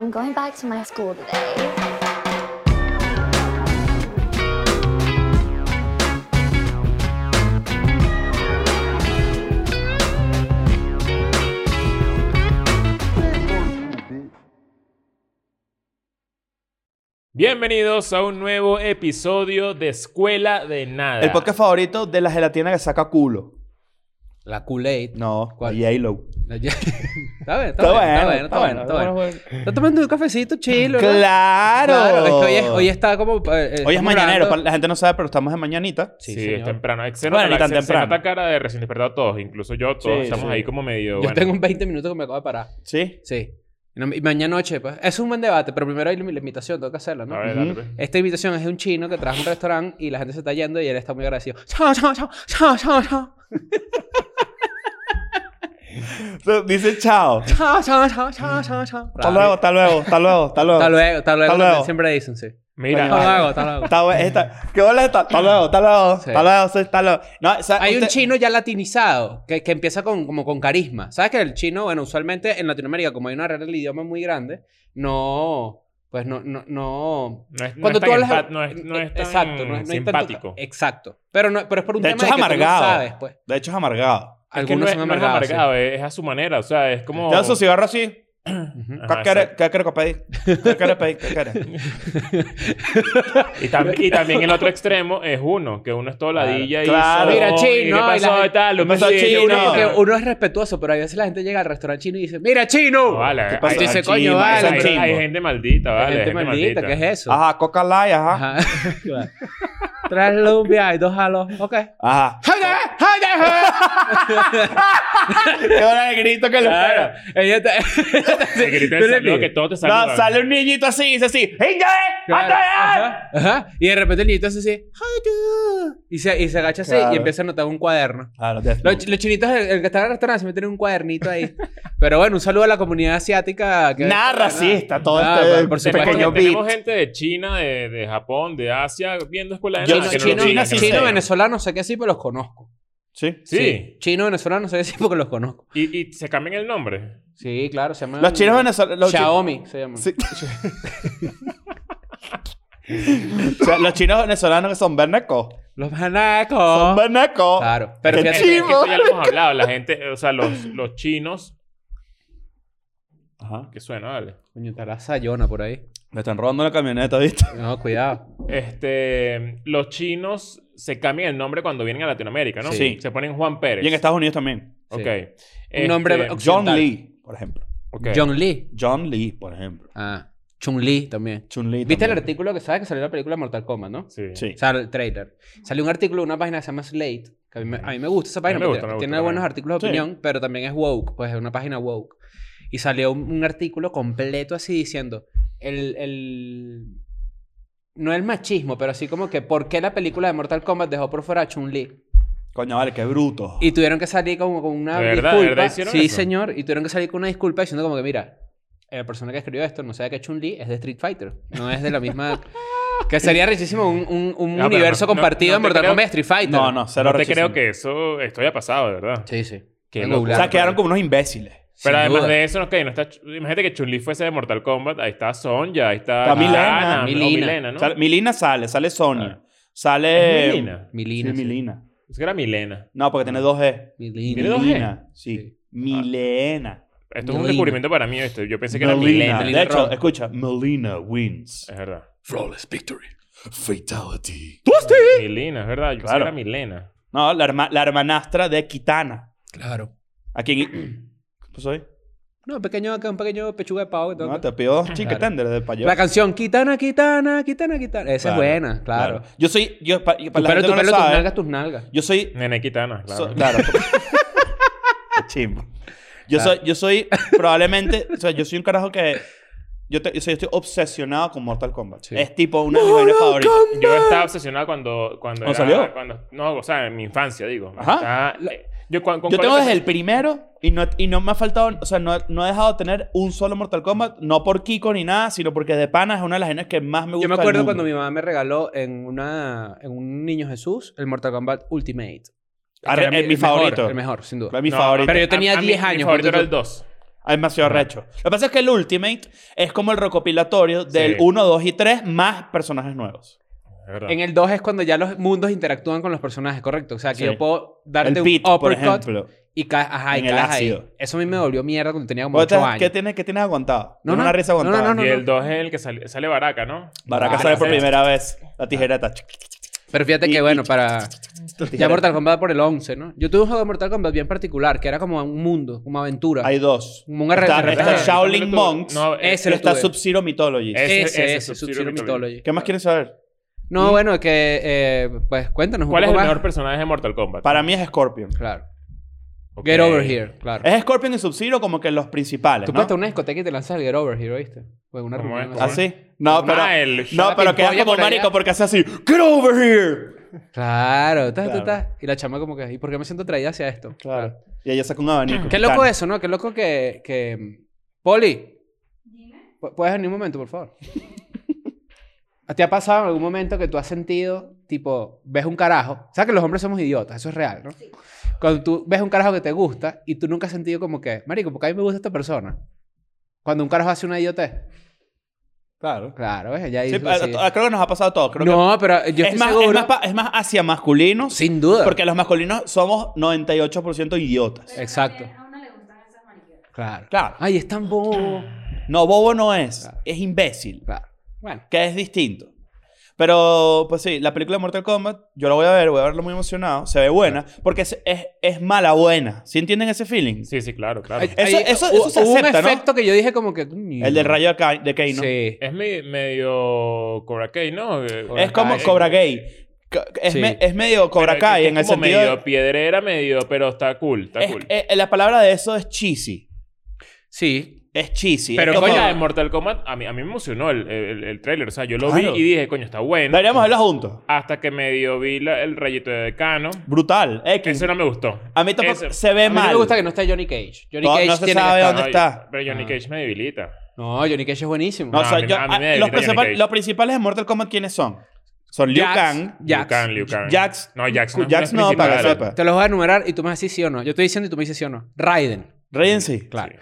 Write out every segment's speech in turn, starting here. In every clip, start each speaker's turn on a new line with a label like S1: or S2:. S1: I'm going back to my school today.
S2: Bienvenidos a un nuevo episodio de Escuela de Nada.
S3: El podcast favorito de la gelatina que saca culo.
S4: La Kool-Aid.
S3: No,
S4: ¿Cuál?
S3: la J-Lo.
S4: La Ye- está bien, está bien, está bueno, está bueno, está bueno. Está tomando un cafecito chill, ¿verdad?
S3: ¡Claro!
S4: es que hoy, es- hoy está como... eh, eh,
S3: Hoy es
S4: como
S3: mañanero.
S4: brando.
S3: para- La gente no sabe, pero estamos en mañanita.
S2: Sí,
S4: Sí, señor.
S2: es temprano. Se
S3: Bueno,
S2: nota,
S3: ni tan
S2: se-
S3: temprano.
S2: se nota cara de recién despertado todos. Incluso yo, todos
S3: Sí,
S2: estamos
S3: sí.
S2: ahí como medio...
S4: Yo
S2: bueno.
S4: tengo un 20 minutos que me acabo de parar.
S3: ¿Sí?
S4: Sí. Y, no- y mañana noche, pues. Es un buen debate, pero primero hay la la invitación, tengo que hacerlo, ¿no?
S2: A ver,
S3: Ujú.
S2: dale, pues.
S4: Esta invitación es de un chino que trabaja en un restaurante y la gente se está yendo y él está muy agradecido. Chao, chao, chao, chao, chao, chao.
S3: Dice chao.
S4: Chao, chao, chao, chao, chao, chao.
S3: Hasta luego, hasta luego, hasta luego, hasta luego.
S4: Hasta luego, hasta luego.
S3: Hasta luego.
S4: Siempre dicen, sí.
S2: Mira,
S3: Coño,
S4: Hasta
S3: vale.
S4: luego, hasta luego.
S3: Está bueno, está- ¿Qué bola está? Hasta luego, hasta luego,
S4: Sí.
S3: hasta luego, sí, hasta luego. No, o sea,
S4: Hay un
S3: Ah, usted-
S4: chino ya latinizado que, que empieza con, como con carisma. ¿Sabes que el chino, bueno, usualmente en Latinoamérica, como hay una barrera del idioma muy grande, no. Pues no, no, no.
S2: no es, no
S4: Cuando
S2: es
S4: tú
S2: tan
S4: hablas.
S2: empa- no es, no es tan
S4: exacto, no, es- no es tanto-
S2: simpático.
S4: exacto. Pero, no, pero es por un
S3: De
S4: tema
S3: hecho, es
S4: de que tú no
S3: amargado.
S4: sabes, pues.
S3: De hecho, es amargado.
S2: Es que no
S4: Algunos
S2: es,
S4: son
S2: no es
S4: amargados. sí.
S2: amargado, es, es a su manera. O sea, es como...
S3: Te da su cigarro así.
S4: Ujú.
S2: Ajá,
S3: ¿Qué quieres
S2: exacto.
S3: qué quieres que pedir? ¿Qué quieres pedir? ¿Qué quieres?
S2: Y, tam- y también el otro extremo es uno, que uno es todo ladilla
S3: Claro.
S2: y...
S3: Mira,
S2: "Oye,
S4: chino,
S2: ¿Qué
S4: y la
S2: pasó?
S4: gente-
S2: Y tal, un
S3: Empezó
S2: besito,
S3: chino,
S2: y tal.
S4: Porque uno es respetuoso, pero a veces la gente llega al restaurante chino y dice: ¡Mira, chino!
S2: No, vale,
S3: ¿Qué
S2: hay-
S3: pasa?
S4: Tú dices,
S3: Ay,
S4: coño,
S3: chimbo,
S4: vale,
S3: ese
S2: hay,
S4: pero-
S3: chimbo.
S2: hay gente maldita, Ah.
S4: La
S2: vale.
S4: gente maldita, ¿qué es eso?
S3: Ajá, coca light, ajá. Ajá.
S4: Ajá. Tres lumbias y dos halos. Ok.
S3: Qué hora de grito que lo
S4: Claro.
S3: pega.
S4: Ella te...
S2: El grito de
S4: Tú le
S2: saludo
S4: pides.
S2: que todos te saludan.
S3: No, sale un niñito así y dice así. ¡Hinga, eh!
S4: Claro,
S3: ¡Anda, eh!
S4: ajá, ajá. Y de repente el niñito hace así. "How do?" Y se, y se agacha así
S3: Claro.
S4: y empieza a notar un cuaderno.
S3: Claro,
S4: Los, ch- los chinitos, el, el que está en el restaurante, siempre tiene un cuadernito ahí. Pero bueno, un saludo a la comunidad asiática. que-
S3: Nada racista, todo
S4: Nada, por
S3: este
S2: Tenemos,
S4: supuesto.
S3: pequeño
S2: tenemos
S3: beat.
S2: gente de China, de, de Japón, de Asia, viendo escuela de
S3: Yo-
S2: nada.
S4: Chino,
S2: que no
S4: chino,
S2: lo digan,
S3: sí
S2: que no
S3: sé.
S4: chino
S2: lo digan.
S4: venezolano, sé que sí, pero los conozco.
S3: Sí.
S2: Sí.
S4: Chino venezolano, sé que sí, porque los conozco.
S2: Y, y se cambian el nombre.
S4: Sí, claro, se llaman.
S3: Los chinos venezolanos. los chi-
S4: Xiaomi se llaman.
S3: Sí. O sea, los chinos venezolanos que son bernacos.
S4: Los
S3: Son
S4: manacos. Ah.
S3: bernacos.
S4: Claro. Pero
S3: Qué
S4: fíjate,
S2: Es que
S3: Chimo.
S2: eso ya lo hemos hablado. La gente, o sea, los, los chinos...
S3: Ajá.
S2: Que suena, vale.
S4: Coño, está la sayona por ahí.
S3: Me están robando la camioneta, ¿viste?
S4: No, cuidado.
S2: Este, los chinos se cambian el nombre cuando vienen a Latinoamérica, ¿no?
S3: Sí.
S2: Se ponen Juan Pérez.
S3: Y en Estados Unidos también.
S2: Ok.
S4: Sí.
S2: Este,
S4: nombre-
S3: John
S4: Occidental.
S3: Lee, por ejemplo.
S2: ok.
S4: John Lee.
S3: John Lee, por ejemplo.
S4: Ah. Chun Li también.
S3: Chun Lee.
S4: ¿Viste el artículo que sabes que salió la película Mortal Kombat, no?
S2: Sí.
S3: Sí.
S4: O sea, el trailer. Salió un artículo de una página que se llama Slate. Que a, mí me, a mí me gusta esa página.
S2: me
S4: porque
S2: gusta, me gusta
S4: tiene
S2: también.
S4: buenos artículos de
S3: Sí.
S4: opinión, pero también es woke. Pues es una página woke. Y salió un, un artículo completo así diciendo... El, el... No el machismo, pero así como que... ¿Por qué la película de Mortal Kombat dejó por fuera a Chun-Li?
S3: Coño, vale, qué bruto.
S4: Y tuvieron que salir como con una
S2: ¿De verdad? ¿De
S4: disculpa.
S2: verdad hicieron
S4: sí,
S2: eso?
S4: señor. Y tuvieron que salir con una disculpa diciendo como que, mira, eh, la persona que escribió esto no sabe que Chun-Li es de Street Fighter. No es de la misma... que sería richísimo un, un- un
S2: No, pero
S4: universo
S2: no- no-
S4: compartido
S2: no
S4: en
S2: te
S4: Mortal
S2: creo-
S4: Kombat de Street Fighter.
S3: No, no, cero
S2: No te
S3: racismo.
S2: creo que eso... Esto ya ha pasado, de verdad.
S4: Sí, sí.
S2: Qué
S4: Tengo
S2: locura.
S4: Google.
S3: O sea, quedaron como unos imbéciles.
S2: Pero
S4: Sin
S2: además
S4: duda.
S2: de eso, no, que no está, imagínate que Chun-Li fuese de Mortal Kombat. Ahí está Sonja, ahí está
S3: Está Milena.
S2: Ana,
S4: Milena.
S2: o Milena, ¿no?
S3: Sale- eh, Milina sale, sale Sonia. Sale.
S2: ¿Es Milena?
S4: Milina.
S3: Sí,
S4: sí.
S3: Milina.
S2: Es que era Milena.
S3: No, porque tiene dos E.
S4: Milina.
S2: ¿Tiene dos E?
S3: Milina.
S4: Sí.
S3: Sí. Milena.
S2: Esto es un
S4: Milena.
S2: descubrimiento para mí. Este. Yo pensé que era
S3: Milena.
S2: Milena.
S3: De hecho,
S4: Ron.
S3: escucha. Milena wins.
S2: Es verdad.
S5: Flawless victory. Fatality.
S2: Milena, es verdad. Yo pensé
S3: Claro.
S2: que era Milena.
S3: No, la, herma- la hermanastra de Kitana.
S4: Claro.
S3: ¿A quién? ¿Qué pasó ahí?
S4: No, pequeño, acá, un pequeño pechuga de pavo. que tengo
S3: No,
S4: acá.
S3: te pido dos chicken
S4: Claro.
S3: tenders de payo.
S4: La canción Kitana, Kitana, Kitana, Kitana. Esa
S3: Claro,
S4: es buena, claro.
S3: Yo soy. Yo, pa- yo-
S4: Tu
S2: Pues
S3: para la
S4: pelo,
S3: gente
S4: tu
S3: no lo
S4: pelo, tus
S3: sabe,
S4: nalgas, tus nalgas.
S3: Yo soy.
S2: Nene Kitana, claro.
S3: so- claro. Qué chimbo. Yo soy. Yo soy. Probablemente. O sea, yo soy un carajo que. Yo, te- yo soy- estoy obsesionado con Mortal Kombat.
S4: Sí.
S3: Es tipo una de mis vainas favoritas.
S2: Yo estaba obsesionado cuando... cuando
S3: ¿No
S2: era-
S3: salió?
S2: Cuando, no, o sea, en mi infancia, digo.
S3: Ajá.
S2: Estaba- eh, yo, cuan- con
S3: Yo
S2: cuál
S3: tengo desde
S2: empecé?
S3: el primero y no, y no me ha faltado, o sea, no, no he dejado de tener un solo Mortal Kombat, no por Kiko ni nada, sino porque de pana es una de las genes que más me gusta.
S4: Yo me
S3: del
S4: acuerdo
S3: mundo.
S4: cuando mi mamá me regaló en una en un Niño Jesús el Mortal Kombat Ultimate. Que
S3: Arre,
S4: era
S3: Ah, es mi
S4: mejor,
S3: favorito.
S4: el mejor, sin duda.
S3: Es mi
S2: No,
S3: favorito.
S4: Pero yo tenía
S2: a- a mí-
S4: 10
S2: Mi
S4: años
S2: favorito
S4: cuando
S2: era
S4: yo-
S2: el 2.
S3: Ah, Es demasiado recho. Lo que pasa es que el Ultimate es como el recopilatorio del
S2: Sí.
S3: 1, 2 y 3 más personajes nuevos.
S2: Es verdad.
S4: En el 2 es cuando ya los mundos interactúan con los personajes, correcto. O sea, que
S3: Sí.
S4: yo puedo darte
S3: el Pit,
S4: un
S3: por
S4: uppercut
S3: ejemplo.
S4: y caes, ajá, y
S3: En el
S4: caes ahí.
S3: ácido.
S4: Eso a mí me volvió mierda cuando tenía como
S3: ¿Vos
S4: 8
S3: estás-
S4: años.
S3: ¿Qué tienes, qué tienes aguantado?
S4: No,
S3: No,
S4: no.
S3: una risa
S4: No, no,
S3: aguantada.
S4: no, no.
S2: Y el 2 es el que sale, sale Baraka, ¿no?
S3: Baraka
S4: Ah,
S3: sale por
S2: sí.
S3: primera vez. La tijereta.
S4: Pero fíjate
S3: Y-
S4: que,
S3: y-
S4: bueno, para... Ya
S3: Tijereta.
S4: Mortal Kombat por el 11, ¿no? Yo tuve un juego de Mortal Kombat bien particular, que era como un mundo, como aventura.
S3: Hay dos.
S4: Como un arre-
S3: Está-
S4: arre-
S3: está
S4: arre-
S3: Shao- Shaolin Monks.
S2: No,
S4: Ese
S2: ese
S4: lo
S3: Está
S4: tuve.
S3: Sub-Zero Mythology.
S2: Eh,
S4: Ese,
S2: Ese,
S4: ese,
S2: ese,
S4: Sub-Zero
S2: Sub-Zero
S4: Mythology.
S3: ¿Qué más quieres saber?
S4: No, bueno, que... eh, pues cuéntanos
S2: ¿Cuál
S4: un
S2: es el
S4: poco más.
S2: mejor personaje de Mortal Kombat?
S3: Para mí es Scorpion.
S4: Claro.
S2: Ok.
S4: Get over here, claro.
S3: Es Scorpion y Sub-Zero como que los principales,
S4: Tú
S3: ¿no?
S4: puedes estar en una discoteca y te lanzas el Get Over Here, ¿viste? O en una
S2: ¿Cómo
S4: reunión
S2: es?
S4: así.
S3: ¿Así? No, pero...
S2: Mal.
S3: No, pero queda
S4: Pinpolla
S3: como
S4: por allá.
S3: marico porque hace así. ¡Get over here!
S4: Claro, ta, ta,
S3: Claro.
S4: ta. Y la chama como que, ¿y por qué me siento atraída hacia esto?
S3: Claro. Y ella saca un abanico.
S4: Qué loco
S3: Titán.
S4: eso, ¿no? Qué loco que... que... Poli. ¿pu- ¿Puedes venir un momento, por favor? ¿Te ha pasado en algún momento que tú has sentido, tipo, ves un carajo? ¿Sabes que los hombres somos idiotas? Eso es real, ¿no? Cuando tú ves un carajo que te gusta y tú nunca has sentido como que, marico, porque a mí me gusta esta persona. Cuando un carajo hace una idiotez.
S3: Claro.
S4: Claro, ¿ves? Ya
S3: Sí,
S4: hizo
S3: a-
S4: así.
S3: a- creo que nos ha pasado a todos. Creo
S4: No, pero yo
S3: que
S4: estoy
S3: es más,
S4: seguro.
S3: es, más pa- es más hacia masculinos.
S4: Sin duda.
S3: Porque los masculinos somos 98% idiotas.
S4: Exacto. Claro.
S3: Claro.
S4: Ay, es tan bobo.
S3: No, bobo no es.
S4: Claro.
S3: Es imbécil.
S4: Claro. Bueno.
S3: Que es distinto. Pero, pues sí, la película de Mortal Kombat, yo la voy a ver, voy a verla muy emocionado. Se ve buena. Porque es, es, es mala buena. ¿Sí entienden ese feeling?
S2: Sí, sí, claro, claro.
S4: Ay,
S3: Eso-
S4: ay,
S3: eso-
S4: hubo-
S3: eso se
S4: hubo
S3: acepta,
S4: un
S3: ¿no?
S4: efecto que yo dije como que... "Coño".
S3: El del rayo de Kai- de Kano.
S4: Sí.
S2: Es me- medio Cobra Kai, ¿no? Eh,
S4: Cobra
S3: Es como
S4: Kai.
S3: Cobra Gay. Es,
S4: Sí.
S3: me- es medio Cobra
S2: pero es
S3: Kai
S2: que
S3: en el
S2: es como
S3: sentido...
S2: medio piedrera, medio, pero está cool, está
S3: es-
S2: cool.
S3: eh, la palabra de eso es cheesy.
S4: Sí.
S3: Es cheesy.
S2: pero
S3: es
S2: coño,
S3: como-
S2: la de Mortal Kombat, a mí, a mí me emocionó el, el, el trailer. O sea, yo lo
S3: Claro.
S2: vi y dije, coño, está bueno.
S3: Deberíamos verla juntos.
S2: Hasta que medio vi la- el rayito de Decano.
S3: Brutal. X.
S2: Eso no me gustó.
S3: A mí tampoco
S2: Ese-
S3: se ve
S4: A mí
S3: mal.
S4: me gusta que no esté Johnny Cage. Johnny
S3: No,
S4: Cage
S3: no se
S4: tiene que
S3: sabe
S4: estar.
S3: dónde
S2: Ay,
S3: está.
S2: Pero Johnny
S4: Ah.
S2: Cage me debilita.
S4: No, Johnny Cage es buenísimo.
S3: No,
S2: No,
S3: o sea,
S2: a mí-
S3: yo-
S2: a mí me
S3: ah,
S2: debilita
S3: los,
S2: Johnny
S3: principal-
S2: Cage.
S3: los principales de Mortal Kombat, ¿quiénes son? Son Liu
S4: Jax,
S3: Kang.
S2: Liu
S4: Jax.
S2: Kang, Liu Kang.
S3: Jax.
S2: No, Jax
S3: Cu-
S2: no.
S3: Jax no, para que sepa.
S4: Te los voy a enumerar y tú me decís sí o no. Yo estoy diciendo y tú me dices sí o no. Raiden.
S3: Reyense.
S4: Claro.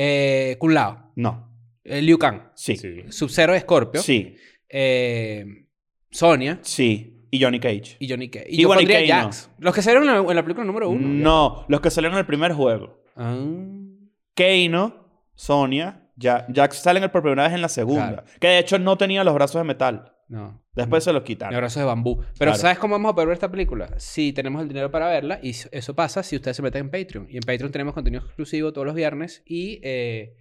S4: Eh, Kun Lao.
S3: No.
S4: Eh, Liu Kang.
S3: Sí. Sí.
S2: Sí.
S4: Sub-Zero Scorpio.
S3: Sí.
S4: Eh, Sonia.
S3: Y Johnny Cage.
S4: Y Johnny Cage.
S3: Y
S4: Y, yo
S3: Johnny
S4: pondría
S3: Cage no. Mm,
S4: Jax. Los que salieron en la, en la película número uno.
S3: No, los que salieron en el primer juego.
S4: Ah.
S3: Kano, Sonia, Ja- Jax salen por primera vez en la segunda. Que de hecho no tenía los brazos de metal.
S4: No.
S3: Después se los
S4: Mi
S3: quitaron.
S4: abrazo de bambú. Pero
S3: Claro.
S4: ¿sabes cómo vamos a poder ver esta película? Si tenemos el dinero para verla, y s- eso pasa si ustedes se meten en Patreon. Y en Patreon tenemos contenido exclusivo todos los viernes. Y eh,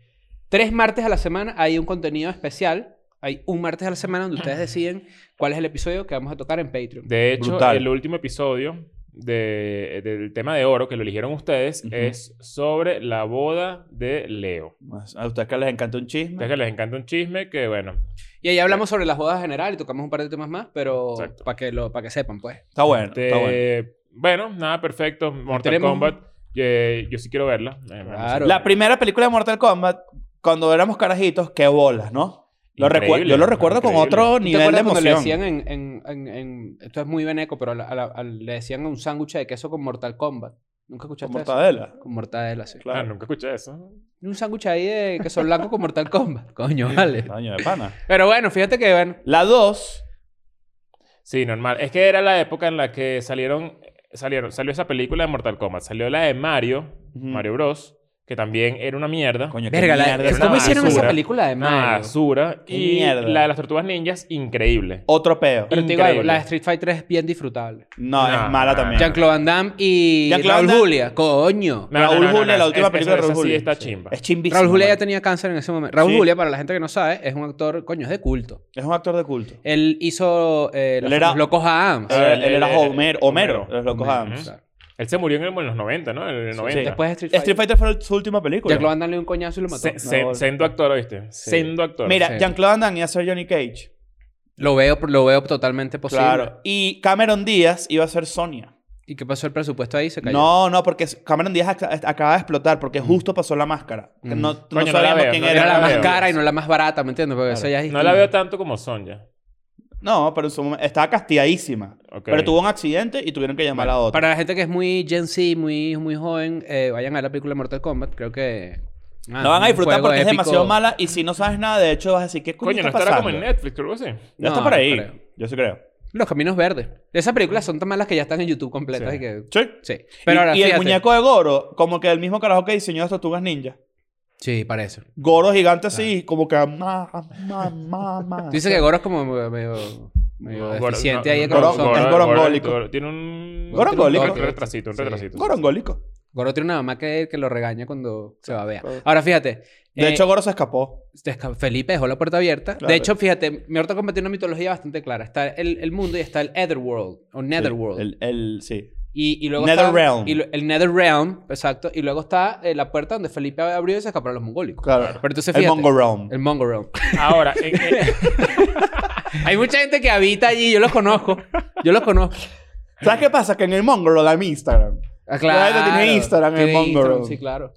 S4: tres martes a la semana hay un contenido especial. Hay un martes a la semana donde ustedes deciden cuál es el episodio que vamos a tocar en Patreon.
S2: De hecho,
S3: Brutal.
S2: el último episodio de- del tema de oro que lo eligieron ustedes
S3: Ujú. Ah.
S2: es sobre la boda de Leo.
S3: A ustedes que les encanta un chisme.
S2: Ustedes que les encanta un chisme que, bueno,
S4: Y ahí hablamos sobre las bodas en general y tocamos un par de temas más, pero
S2: Exacto.
S4: para que, lo- para que sepan, pues.
S3: Está bueno.
S2: este,
S3: Está bueno.
S2: bueno, nada, perfecto. Mortal
S4: Tenemos-
S2: Kombat, eh, yo sí quiero verla. Eh, me
S4: Claro.
S2: emociona.
S3: La primera película de Mortal Kombat, cuando éramos carajitos, qué bolas, ¿no? Lo
S2: Increíble,
S3: recuer- yo lo recuerdo con
S2: increíble.
S3: otro
S4: ¿Tú te
S3: nivel de
S4: acuerdas cuando le
S3: emoción.
S4: decían en, en- en- en- Esto es muy veneco, pero a la- a la- a- le decían un sándwich de queso con Mortal Kombat. ¿Nunca escuchaste
S3: Con
S4: eso?
S3: mortadela.
S4: Con mortadela, sí.
S2: Ah,
S3: Claro.
S2: nunca escuché eso.
S4: Un sándwich ahí de queso blanco con Mortal Kombat. Coño, vale.
S3: Coño, de pana.
S4: Pero bueno, fíjate que, bueno,
S3: La 2,
S2: Sí, normal. Es que era la época en la que salieron, salieron, salió esa película de Mortal Kombat. Salió la de Mario,
S3: Ujú.
S2: Mario Bros., que también era una mierda.
S3: coño, qué
S4: verga, la-
S3: mierda.
S2: es
S3: esa
S4: ¿cómo
S2: una
S3: madre.
S4: hicieron esa
S2: basura.
S4: película de
S2: Una
S4: Mario?
S2: basura.
S3: Qué
S2: Y
S3: mierda.
S2: la de las tortugas ninjas, increíble.
S3: Otro peo.
S4: Pero te digo algo,
S2: Increíble.
S4: la de Street Fighter es bien disfrutable.
S3: No,
S2: No,
S3: es mala
S2: no,
S3: también.
S4: Jean-Claude Van Damme y
S3: Jean-Claude
S4: Raúl
S3: Van Damme.
S4: Julia. Coño.
S2: No,
S3: Raúl
S2: no, no, no,
S3: Julia,
S2: no,
S3: la
S2: es-
S3: última
S2: es-
S3: película de
S2: esa
S3: Raúl
S2: sí
S3: Julia.
S2: está chimba.
S3: Es chimbísima.
S4: Raúl Julia ya
S3: marico.
S4: tenía cáncer en ese momento. Raúl
S3: Sí.
S4: Julia, para la gente que no sabe, es un actor, coño, es de culto.
S3: Es un actor de culto.
S4: Él hizo eh, los,
S3: Él era-
S4: Los locos Adams.
S2: Ah,
S3: Eh,
S2: el-
S3: él era
S2: el-
S3: Homer, Homero,
S2: Homero.
S3: de los locos
S4: Homero,
S3: Adams.
S4: claro.
S2: Él se murió en, el- en los 90, ¿no? En el 90.
S4: Después de Street Fighter.
S3: Street Fighter fue su última película.
S4: Jean-Claude Van Damme le dio un coñazo y lo mató.
S2: Se- se-
S3: No,
S2: sendo actor, ¿oíste? Sendo actor.
S3: Mira,
S4: Sí.
S3: Jean-Claude Van Damme iba a ser Johnny Cage.
S4: Lo veo, lo veo totalmente posible.
S3: Claro. Y Cameron Díaz iba a ser Sonia.
S4: ¿Y qué pasó el presupuesto ahí? Se cayó.
S3: No, no, porque Cameron Díaz ac- acaba de explotar porque justo pasó la máscara. Que
S4: Mm.
S3: No, no
S2: Coño, no la
S3: sabíamos
S2: veo,
S3: quién
S2: no
S3: era.
S4: Era
S2: no
S4: la más
S2: veo.
S4: cara y no la más barata, ¿me entiendes? Porque eso
S3: Claro.
S4: ya es
S2: no la veo
S4: distinto.
S2: tanto como Sonia.
S3: No, pero en su momento estaba castigadísima.
S2: Ok.
S3: Pero tuvo un accidente y tuvieron que llamar a otra.
S4: Para la gente que es muy Gen Z, muy, muy joven, eh, vayan a ver la película Mortal Kombat. Creo que Ah,
S3: no van
S4: un
S3: a disfrutar
S4: juego
S3: porque es
S4: épico.
S3: demasiado mala y si no sabes nada, de hecho vas a decir, ¿qué coño,
S2: Coño, no
S3: está
S2: estará
S3: pasando?
S2: como en Netflix o algo así.
S3: Ya está
S4: No,
S3: por
S4: no
S3: ahí.
S4: creo.
S3: Yo sí creo.
S4: Los Caminos Verdes. Esas películas son tan malas que ya están en YouTube completas.
S2: Sí.
S4: Y que...
S3: Sí.
S4: sí. Pero
S3: y,
S4: ahora,
S3: y el
S4: fíjate.
S3: muñeco de Goro, como que el mismo carajo que diseñó las tortugas ninja.
S4: Sí, parece.
S3: Goro gigante así, como que ma, ma, ma, ma.
S4: Tú dices que Goro es como medio, medio- medio
S2: Goro-
S4: deficiente
S2: no,
S4: ahí.
S2: no,
S4: con
S3: Goro-
S4: los ojos.
S3: Goro-
S4: Goro,
S3: es gorongólico.
S2: Goro- Tiene un...
S3: Gorongólico.
S2: Un retrasito, un
S4: Sí.
S2: retrasito.
S3: Gorongólico.
S4: tiene una mamá que, que lo regaña cuando se va a ver.
S3: Claro.
S4: Ahora, fíjate.
S3: De
S4: eh,
S3: hecho, Goro se escapó.
S4: Desca- Felipe dejó la puerta abierta.
S3: Claro.
S4: De hecho, fíjate, mi orto combate tiene una mitología bastante clara. Está el, el mundo y está el Etherworld o Netherworld.
S3: El, el, sí.
S4: y, y luego
S3: Netherrealm.
S4: Está, y lo- el Netherrealm, exacto. Y luego está eh, la puerta donde Felipe abrió y se escaparon los mongólicos.
S3: Claro.
S4: Pero entonces,
S3: el
S4: fíjate,
S3: Mongo Realm.
S4: El Mongorealm.
S2: Ahora, en- en-
S4: Hay mucha gente que habita allí, yo los conozco. Yo los conozco.
S3: ¿Sabes qué pasa? Que en el Mongo Realm hay mi Instagram.
S4: Ah,
S3: Claro,
S4: claro.
S3: tiene Instagram el
S4: Tiene
S3: Mongo
S4: Instagram,
S3: Realm.
S4: Sí, claro.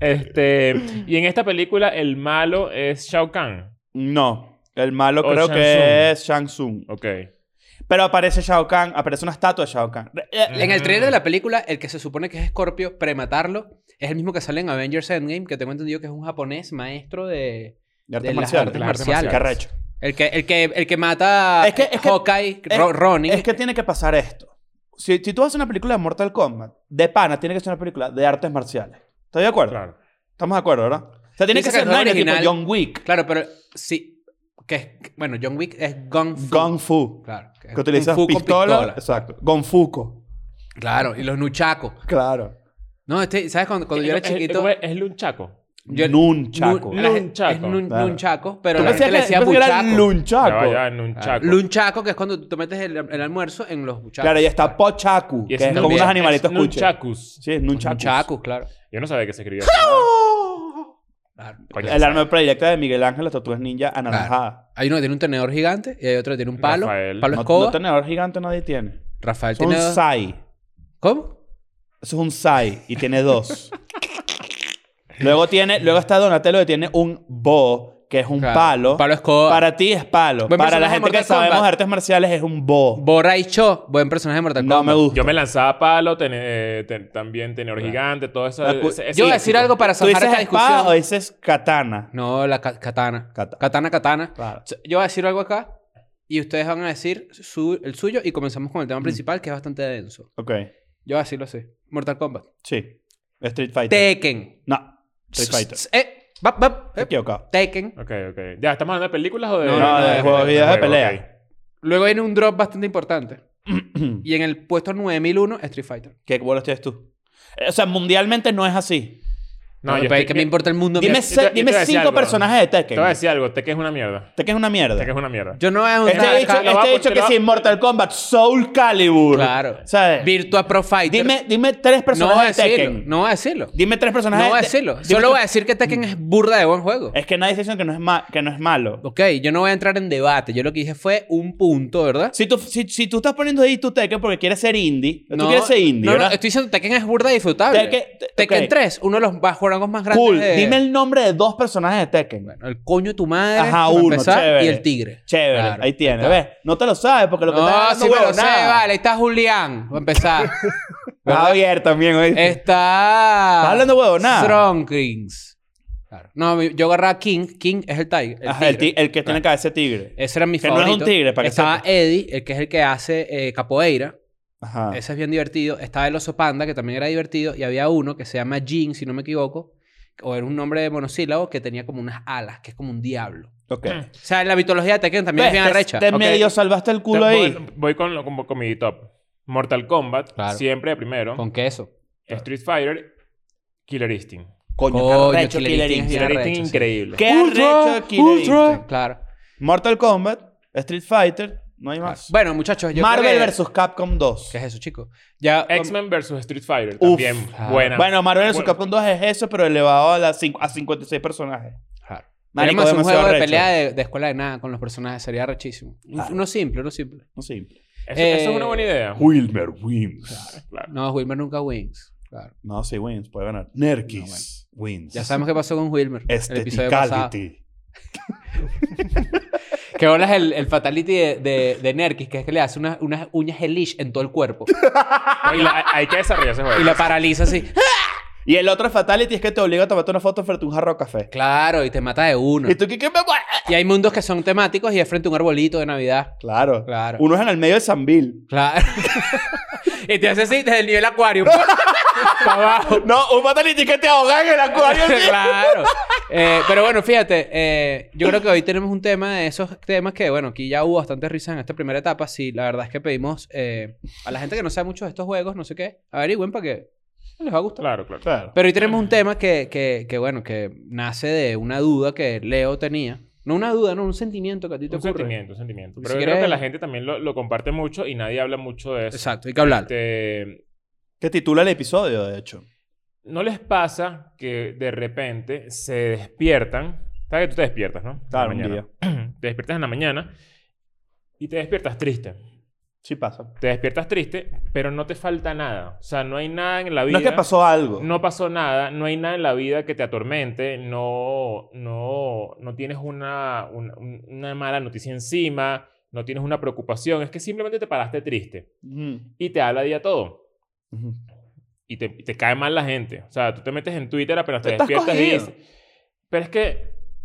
S2: este... Y en esta película el malo es Shao Kahn.
S3: No. El malo
S2: O
S3: creo
S2: Oh, Shang
S3: que
S2: Tsung.
S3: es Shang Tsung.
S2: Ok.
S3: Pero aparece Shao Kahn, aparece una estatua de Shao Kahn. Re- eh,
S4: En el trailer de la película, el que se supone que es Scorpio, prematarlo, es el mismo que sale en Avengers Endgame, que tengo entendido que es un japonés maestro de...
S3: De artes
S4: de las
S3: marciales.
S4: artes
S3: Las artes
S4: marciales.
S3: Qué arrecho.
S4: El que, el que, el que mata
S3: Es que- es que-
S4: Hawkeye,
S3: es-
S4: Ro- Ronin.
S3: Es que tiene que pasar esto. Si, si tú haces una película de Mortal Kombat, de pana, tiene que ser una película de artes marciales. ¿Estás de acuerdo?
S2: Claro.
S3: Estamos de acuerdo, ¿verdad? O sea, tiene
S4: Dice
S3: que ser
S4: que el
S3: nadie tipo
S4: original-
S3: John Wick,
S4: Claro, pero sí. Que es, bueno, John Wick es Gun Fu.
S3: Kung Fu.
S4: Claro. Que, es
S3: Que
S4: Kung
S3: utilizas
S4: Fu con
S3: pistola, Exacto. Gonfuco.
S4: Claro, y los nuchacos.
S3: Claro.
S4: No, este, ¿sabes? Cuando, cuando yo era
S2: Es-
S4: chiquito...
S2: Es, es Lunchaco.
S4: Yo-
S3: Nunchaco.
S4: nun- la gente-
S2: Nunchaco.
S4: Es nun-
S3: Claro.
S4: nunchaco, pero
S3: Tú
S4: la gente
S3: pensabas
S4: le
S3: que,
S4: decía
S3: yo pensé que era
S4: buchaco.
S2: Ya,
S3: Lunchaco.
S2: ya, Nunchaco.
S4: Lunchaco, que es cuando tú te metes el, el almuerzo en los buchacos.
S3: Claro, y está Pochaku,
S2: Y
S3: que
S2: es
S3: es como
S2: también-
S3: unos animalitos
S2: es
S3: cuches.
S2: Nunchakus.
S3: Sí, es Nunchaku.
S4: Nunchaku, claro.
S2: Yo no sabía que se escribía.
S4: Claro.
S2: Coño,
S3: El arma predilecta de Miguel Ángel, las tortugas ninja anaranjada.
S4: Hay uno que tiene un tenedor gigante y hay otro que tiene un palo.
S2: Rafael.
S4: Palo
S3: No,
S4: escoba.
S3: no tenedor gigante nadie tiene.
S4: Rafael
S3: Eso es
S4: tiene
S3: un
S4: dos-
S3: sai.
S4: ¿Cómo?
S3: Eso es un sai y tiene dos. luego tiene, luego está Donatello que tiene un bo, que es un
S4: Claro.
S3: palo.
S4: Palo escoba.
S3: Para ti es palo.
S4: Buen
S3: Para la
S4: personaje
S3: gente
S4: de
S3: que
S4: Mortal
S3: sabemos
S4: Kombat.
S3: de artes marciales es un bo.
S4: Borraicho, buen personaje de Mortal
S3: No
S4: Kombat.
S3: me gusta.
S2: Yo me lanzaba palo, ten- eh, ten- también tenedor gigante, todo eso. eh,
S3: La cu-
S2: ese- ese
S4: Yo voy a
S2: léxico.
S4: decir algo para
S3: ¿Tú
S4: zanjar
S3: dices
S4: esta
S3: espada
S4: discusión.
S3: o dices katana?
S4: No, la ca- katana.
S3: Kata-
S4: Katana, katana.
S3: Claro.
S4: Yo voy a decir algo acá y ustedes van a decir su- el suyo y comenzamos con el
S3: Mm.
S4: tema principal que es bastante denso.
S3: Ok.
S4: Yo voy a decirlo así. Mortal Kombat.
S3: Sí. Street Fighter.
S4: Tekken.
S3: No. Street Fighter.
S4: S- s- eh, bap, bap,
S3: Te
S4: eh.
S3: equivocado.
S4: Tekken.
S2: Ok, ok. ¿Ya estamos hablando de películas o de...?
S4: No,
S3: No,
S4: no,
S3: de
S4: no,
S3: juegos
S2: de
S3: videos de
S2: juego,
S3: pelea.
S4: Luego viene un drop bastante importante. Y en el puesto 9001, Street Fighter.
S3: ¿Qué bolas tienes tú? Eh, O sea, mundialmente no es así.
S2: No, yo
S3: pues,
S4: pero
S2: estoy-
S4: es que me importa el mundo.
S3: Dime,
S4: mira.
S2: te-
S3: se-
S2: yo te voy a
S3: dime
S2: decir
S3: cinco
S2: algo.
S3: personajes de
S2: Te
S3: Tekken.
S2: voy a decir algo. Tekken es una mierda.
S3: Tekken es una mierda.
S2: Tekken es una mierda.
S4: Yo no es un
S3: Este
S4: tema
S3: dicho,
S4: acá-
S2: lo va a
S3: este
S2: poner-
S3: dicho que
S2: lo va a
S3: sin Mortal Kombat, Soul Calibur.
S4: Claro.
S3: ¿Sabes?
S4: Virtua Pro Fighter.
S3: Dime, dime tres
S4: no voy a
S3: personajes de
S4: decirlo.
S3: Tekken.
S4: No voy a decirlo.
S3: Dime tres personajes.
S4: No voy a
S3: de-
S4: decirlo.
S3: dime
S4: Solo
S3: tres-
S4: voy a decir que Tekken es burda de buen juego.
S3: Es que nadie dice que no es, ma- que no es malo.
S4: Ok, yo no voy a entrar en debate. Yo lo que dije fue un punto, ¿verdad?
S3: Si tú, si, si tú estás poniendo ahí tu Tekken porque quieres ser indie, tú quieres ser indie,
S4: no, no,
S3: ¿verdad?
S4: estoy diciendo Tekken es burda y disfrutable.
S3: Tekken-
S4: Tekken,
S3: te- ok.
S4: 3, uno de los ba- juegos más grandes.
S3: Cool.
S4: de-
S3: Dime el nombre de dos personajes de Tekken.
S4: Bueno, el coño de tu madre.
S3: Ajá,
S4: para
S3: uno,
S4: empezar,
S3: chévere.
S4: Y el tigre.
S3: Chévere,
S4: Claro,
S3: ahí tienes.
S4: está.
S3: ¿Ves? No te lo sabes porque lo que
S4: no,
S3: te está
S4: sí me lo sé, vale. Está Julián. Voy a empezar.
S3: Javier también, ¿oíste?
S4: Está.
S3: Estás hablando huevonada.
S4: Strong Kings. Claro. No, mi- yo agarraba King. King es el Tiger. El
S3: Ajá, el,
S4: tigre.
S3: ti- el que tiene
S4: Claro.
S3: cabeza de tigre.
S4: Ese era mi
S3: que no es un
S4: favorito.
S3: tigre, para que
S4: Estaba
S3: sepas.
S4: Eddie, el que es el que hace eh, capoeira.
S3: Ajá.
S4: Ese es bien divertido. Estaba el oso panda, que también era divertido. Y había uno que se llama Jin, si no me equivoco. O era un nombre de monosílabo que tenía como unas alas, que es como un diablo.
S3: Ok.
S4: O sea, la mitología de Tekken también es
S3: Ves,
S4: bien
S3: te-
S4: arrecha.
S3: Te
S2: Ok.
S3: medio salvaste el culo
S2: Te-
S3: ahí.
S2: Voy, voy con, lo- con, con mi top. Mortal Kombat,
S4: Claro.
S2: siempre de primero.
S4: Ah, Con queso.
S2: Street Fighter, Killer Instinct.
S3: Coño,
S4: Coño,
S3: qué arrecho
S4: Killer Instinct
S3: Killer
S4: es
S3: Instinct.
S2: Killer
S4: arrecho,
S2: Instinct
S4: sí.
S2: increíble.
S3: Qué arrecho Killer Instinct.
S4: Claro.
S3: Mortal Kombat, Street Fighter, no hay más.
S4: Ah, Bueno, muchachos, yo
S3: Marvel
S4: creo que-
S3: vs. Capcom 2.
S4: ¿Qué es eso, chicos? Ya... um,
S2: X-Men versus Street Fighter,
S3: Uf.
S2: también
S4: Claro.
S2: buena.
S3: Bueno, Marvel vs.
S2: Bueno.
S3: Capcom 2 es eso, pero elevado a, la cin- a 56 personajes.
S4: Claro. Queremos
S3: Marico,
S4: hacer un
S3: demasiado
S4: juego de
S3: arrecho.
S4: pelea de, de escuela de nada con los personajes. Sería rechísimo. Uno simple, uno simple.
S3: No simple.
S2: eso,
S4: eh,
S2: eso es una buena idea.
S5: Wilmer wins.
S2: Claro.
S4: No, Wilmer nunca wins. Claro.
S3: No, sí, wins, puede ganar.
S5: Nergis wins.
S4: Ya sabemos qué pasó con Wilmer. El episodio pasado.
S5: Esteticality.
S4: Que olas el, el fatality de, de, de Nerkis, que es que le hace unas, unas uñas elish en todo el cuerpo.
S2: No, y la- hay que desarrollar ese juego.
S4: Y la paraliza así.
S3: Y el otro fatality es que te obliga a tomarte una foto frente a un jarro de café.
S4: Claro, y te mata de uno.
S3: Y tú, ¿qué, qué me voy?
S4: Y hay mundos que son temáticos y es frente a un arbolito de Navidad.
S3: Claro.
S4: Claro.
S3: Uno es en el medio de Sanville.
S4: Claro. y te hace así desde el nivel acuario. para abajo.
S3: No, un fatality que te ahoga en el acuario. ¿sí?
S4: claro. Eh, pero bueno, fíjate, eh, yo creo que hoy tenemos un tema de esos temas que, bueno, aquí ya hubo bastante risa en esta primera etapa. Sí, la verdad es que pedimos eh, a la gente que no sabe mucho de estos juegos, no sé qué, averigüen para que les va a gustar.
S2: Claro, claro.
S3: Claro.
S4: Pero hoy tenemos un tema que, que, que, bueno, que nace de una duda que Leo tenía. No una duda, no, un sentimiento que a ti te
S2: Un
S4: ocurre.
S2: sentimiento, un sentimiento.
S4: Ni
S2: Pero yo
S4: siquiera
S2: creo que
S4: es-
S2: la gente también lo, lo comparte mucho y nadie habla mucho de eso.
S4: Exacto, hay que hablar.
S2: Este,
S3: Que titula el episodio, de hecho.
S2: ¿No les pasa que de repente se despiertan? Sabes que tú te despiertas, ¿no? En la
S3: Claro, un
S2: mañana. Te despiertas en la mañana y te despiertas triste.
S3: Sí pasa.
S2: Te despiertas triste, pero no te falta nada. O sea, no hay nada en la vida.
S3: No es que pasó algo.
S2: No pasó nada, no hay nada en la vida que te atormente, no, no, no tienes una, una, un- una mala noticia encima, no tienes una preocupación, es que simplemente te paraste triste
S3: Ujú.
S2: y te habla día todo.
S3: Mm. Ujú.
S2: Y te, y te cae mal la gente. O sea, tú te metes en Twitter apenas te
S3: Estás
S2: despiertas y
S3: cogido.
S2: dices. Pero es que,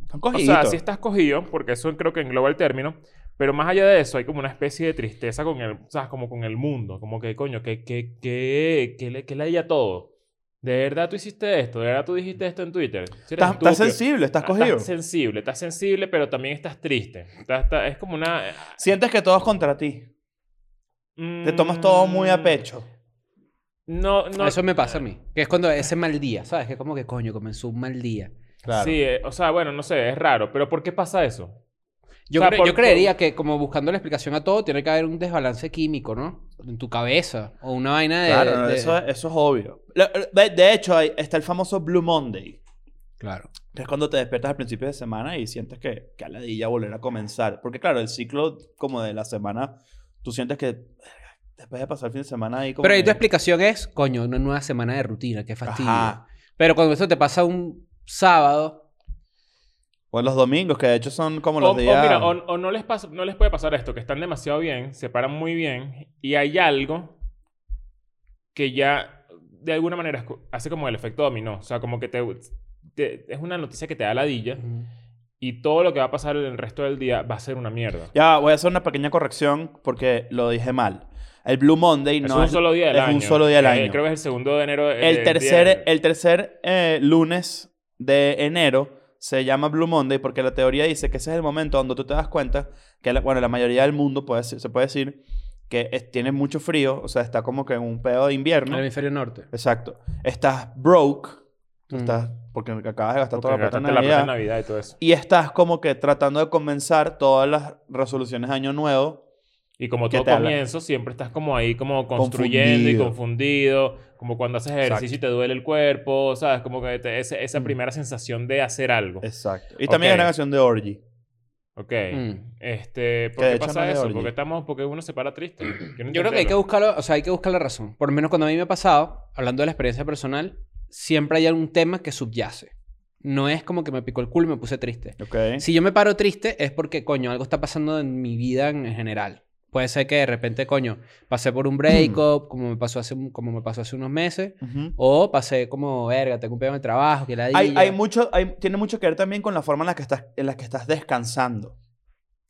S3: Están
S2: o
S3: cogiditos.
S2: sea, sí estás cogido, porque eso creo que engloba el término, pero más allá de eso hay como una especie de tristeza con el, o sea, como con el mundo, como que coño, que, que, que, que le, que le haya todo. De verdad tú hiciste esto, de verdad tú dijiste esto en Twitter. Sí eres
S3: Estás, estás
S2: estúpido.
S3: sensible, estás
S2: Ah,
S3: cogido.
S2: Estás sensible, estás sensible, pero también estás triste. Estás- estás- es como una... mm,
S3: Sientes que todo es contra ti. Te tomas todo muy a pecho.
S2: No, no.
S4: Eso me pasa a mí. Que es cuando ese mal día, ¿sabes? Que es como que coño, comenzó un mal día.
S2: Sí, eh, o sea, bueno, no sé, es raro, pero ¿por qué pasa eso?
S4: Yo,
S2: O sea,
S4: cre-
S2: por-
S4: yo creería que como buscando la explicación a todo, tiene que haber un desbalance químico, ¿no? En tu cabeza. O una vaina de...
S3: Claro, no,
S4: eh, de-
S3: Eso, eso es obvio. La- De, de hecho, hay- está el famoso Blue Monday.
S4: Claro.
S3: que es cuando te despiertas al principio de semana y sientes que, que a la dilla volver a comenzar. Porque claro, el ciclo como de la semana, tú sientes que "Verga, después de pasar el fin de semana ahí como...
S4: Pero ahí tu
S3: que-
S4: explicación es, coño, una nueva semana de rutina, qué fastidio.
S3: Ajá.
S4: Pero cuando eso te pasa un sábado,
S3: O los domingos, que de hecho son como
S2: O,
S3: los
S2: o
S3: días...
S2: mira, o, o no, les pas- no les puede pasar esto, que están demasiado bien, se paran muy bien y hay algo que ya de alguna manera es co- hace como el efecto dominó. O sea, como que te, te- es una noticia que te da ladilla y todo lo que va a pasar el resto del día va a ser una mierda.
S3: Ya, voy a hacer una pequeña corrección porque lo dije mal. El Blue Monday
S2: es
S3: no
S2: un
S3: es...
S2: solo día del
S3: es
S2: año.
S3: un solo día del
S2: Eh,
S3: año.
S2: creo que es el segundo de enero. eh,
S3: el
S2: del
S3: tercer,
S2: día-
S3: el tercer eh, lunes de enero se llama Blue Monday porque la teoría dice que ese es el momento donde tú te das cuenta que, la- bueno, la mayoría del mundo puede decir- se puede decir que es- tiene mucho frío, o sea, está como que en un pedo de
S4: en
S3: invierno.
S4: el hemisferio norte.
S3: Exacto. Estás broke, tú
S4: Mm.
S3: estás, porque acabas de
S2: porque
S3: gastar toda la plata en
S2: gastaste la plata
S3: Navidad.
S2: en Navidad y todo eso.
S3: Y estás como que tratando de comenzar todas las resoluciones de año nuevo.
S2: Y como
S3: ¿Qué
S2: todo
S3: tal?
S2: comienzo, siempre estás como ahí, como construyendo y confundido. Como cuando haces ejercicio y te duele el cuerpo, ¿sabes? Como que te- ese-
S3: Mm.
S2: esa primera sensación de hacer algo.
S3: Exacto. Y también hay
S2: Ok.
S3: una canción de Orgy.
S2: Ok.
S4: Mm.
S2: Este, ¿Por
S3: Que de
S2: qué
S3: hecho no
S2: pasa
S3: es
S2: eso?
S3: orgy.
S2: Porque estamos, porque uno se para triste. no
S4: Yo creo que hay que
S2: entiendo.
S4: buscarlo, o sea, hay que buscar la razón. Por lo menos cuando a mí me ha pasado, hablando de la experiencia personal, siempre hay algún tema que subyace. No es como que me picó el culo y me puse triste.
S3: Ok.
S4: Si yo me paro triste es porque, coño, algo está pasando en mi vida en general. Puede ser que de repente, coño, pasé por un breakup, como me pasó hace, un- como me pasó hace unos meses,
S3: Ujú.
S4: o pasé como, verga, tengo un pedo en el trabajo, que la
S3: Hay, hay mucho, hay- tiene mucho que ver también con la forma en la que estás, en la que estás descansando.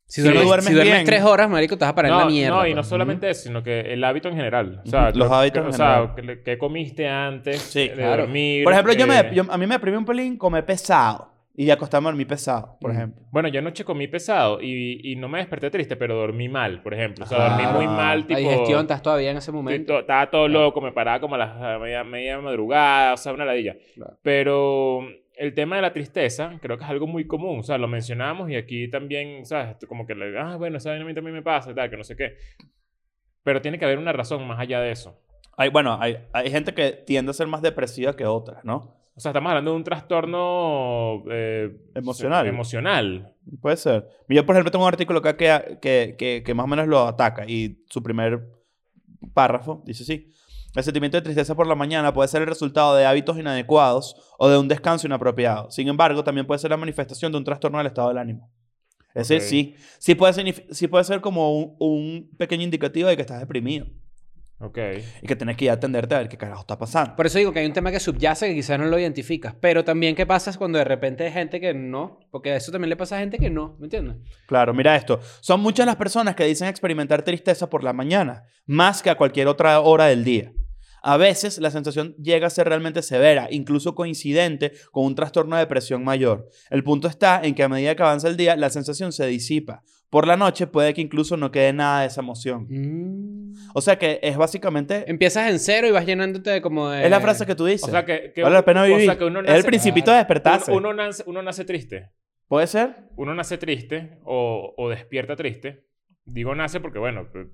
S4: Si
S2: si
S4: duermes,
S2: no
S3: duermes
S4: si duermes
S3: bien-
S4: tres horas, marico, te vas a parar en
S2: No,
S4: la mierda.
S2: no, y
S4: pues.
S2: no solamente eso, sino que el hábito en general. O sea,
S3: Ujú. Los
S2: creo-
S3: hábitos
S2: creo-
S3: en
S2: O sea,
S3: general.
S2: que, le- que comiste antes
S3: Sí,
S2: de
S4: claro.
S2: dormir.
S3: Por ejemplo, yo me,
S2: eh,
S3: yo- a mí me deprime un pelín comer pesado y acostarme a dormir pesado, por
S4: Mm.
S3: ejemplo.
S2: Bueno, yo anoche comí pesado y, y no me desperté triste, pero dormí mal, por ejemplo. O sea,
S3: Ajá.
S2: dormí muy mal,
S4: Ah. La
S2: tipo...
S4: digestión, estás todavía en ese
S2: Estoy
S4: momento.
S2: to- estaba todo loco, me paraba como a las a media, media madrugada, o sea, una ladilla. Pero el tema de la tristeza creo que es algo muy común, o sea, lo mencionamos y aquí también, ¿sabes? Tú Como que, le- ah, bueno, esa vaina a mí también me pasa, y tal, que no sé qué. Pero tiene que haber una razón más allá de eso.
S3: Hay, bueno, hay, hay gente que tiende a ser más depresiva que otras, ¿no?
S2: O sea, estamos hablando de un trastorno... eh,
S3: Emocional.
S2: Emocional.
S3: Puede ser. Yo, por ejemplo, tengo un artículo acá que, que, que, que más o menos lo ataca y su primer párrafo dice así. El sentimiento de tristeza por la mañana puede ser el resultado de hábitos inadecuados o de un descanso inapropiado. Sin embargo, también puede ser la manifestación de un trastorno del estado del ánimo. Es decir,
S2: Ok.
S3: sí. Sí puede, signif- sí puede ser como un, un pequeño indicativo de que estás deprimido
S2: Ok.
S3: y que tienes que ir a atenderte a ver qué carajo está pasando.
S4: Por eso digo que hay un tema que subyace que quizás no lo identificas. Pero también, ¿qué pasa cuando de repente hay gente que no? Porque eso también le pasa a gente que no, ¿me entiendes?
S3: Claro, mira esto. Son muchas las personas que dicen experimentar tristeza por la mañana, más que a cualquier otra hora del día. A veces la sensación llega a ser realmente severa, incluso coincidente con un trastorno de depresión mayor. El punto está en que a medida que avanza el día, la sensación se disipa. Por la noche puede que incluso no quede nada de esa emoción. O sea que es básicamente...
S4: Empiezas en cero y vas llenándote de como de...
S3: Es la frase que tú
S2: Em, eh, O
S3: dices.
S2: sea que, que
S3: vale la pena
S2: o sea
S3: vivir.
S2: que uno
S3: es el
S2: nace-
S3: principito de despertarse.
S2: Uno, uno nace, uno nace triste.
S3: ¿Puede ser?
S2: Uno nace triste o, o despierta triste. Digo nace porque, bueno, p- p-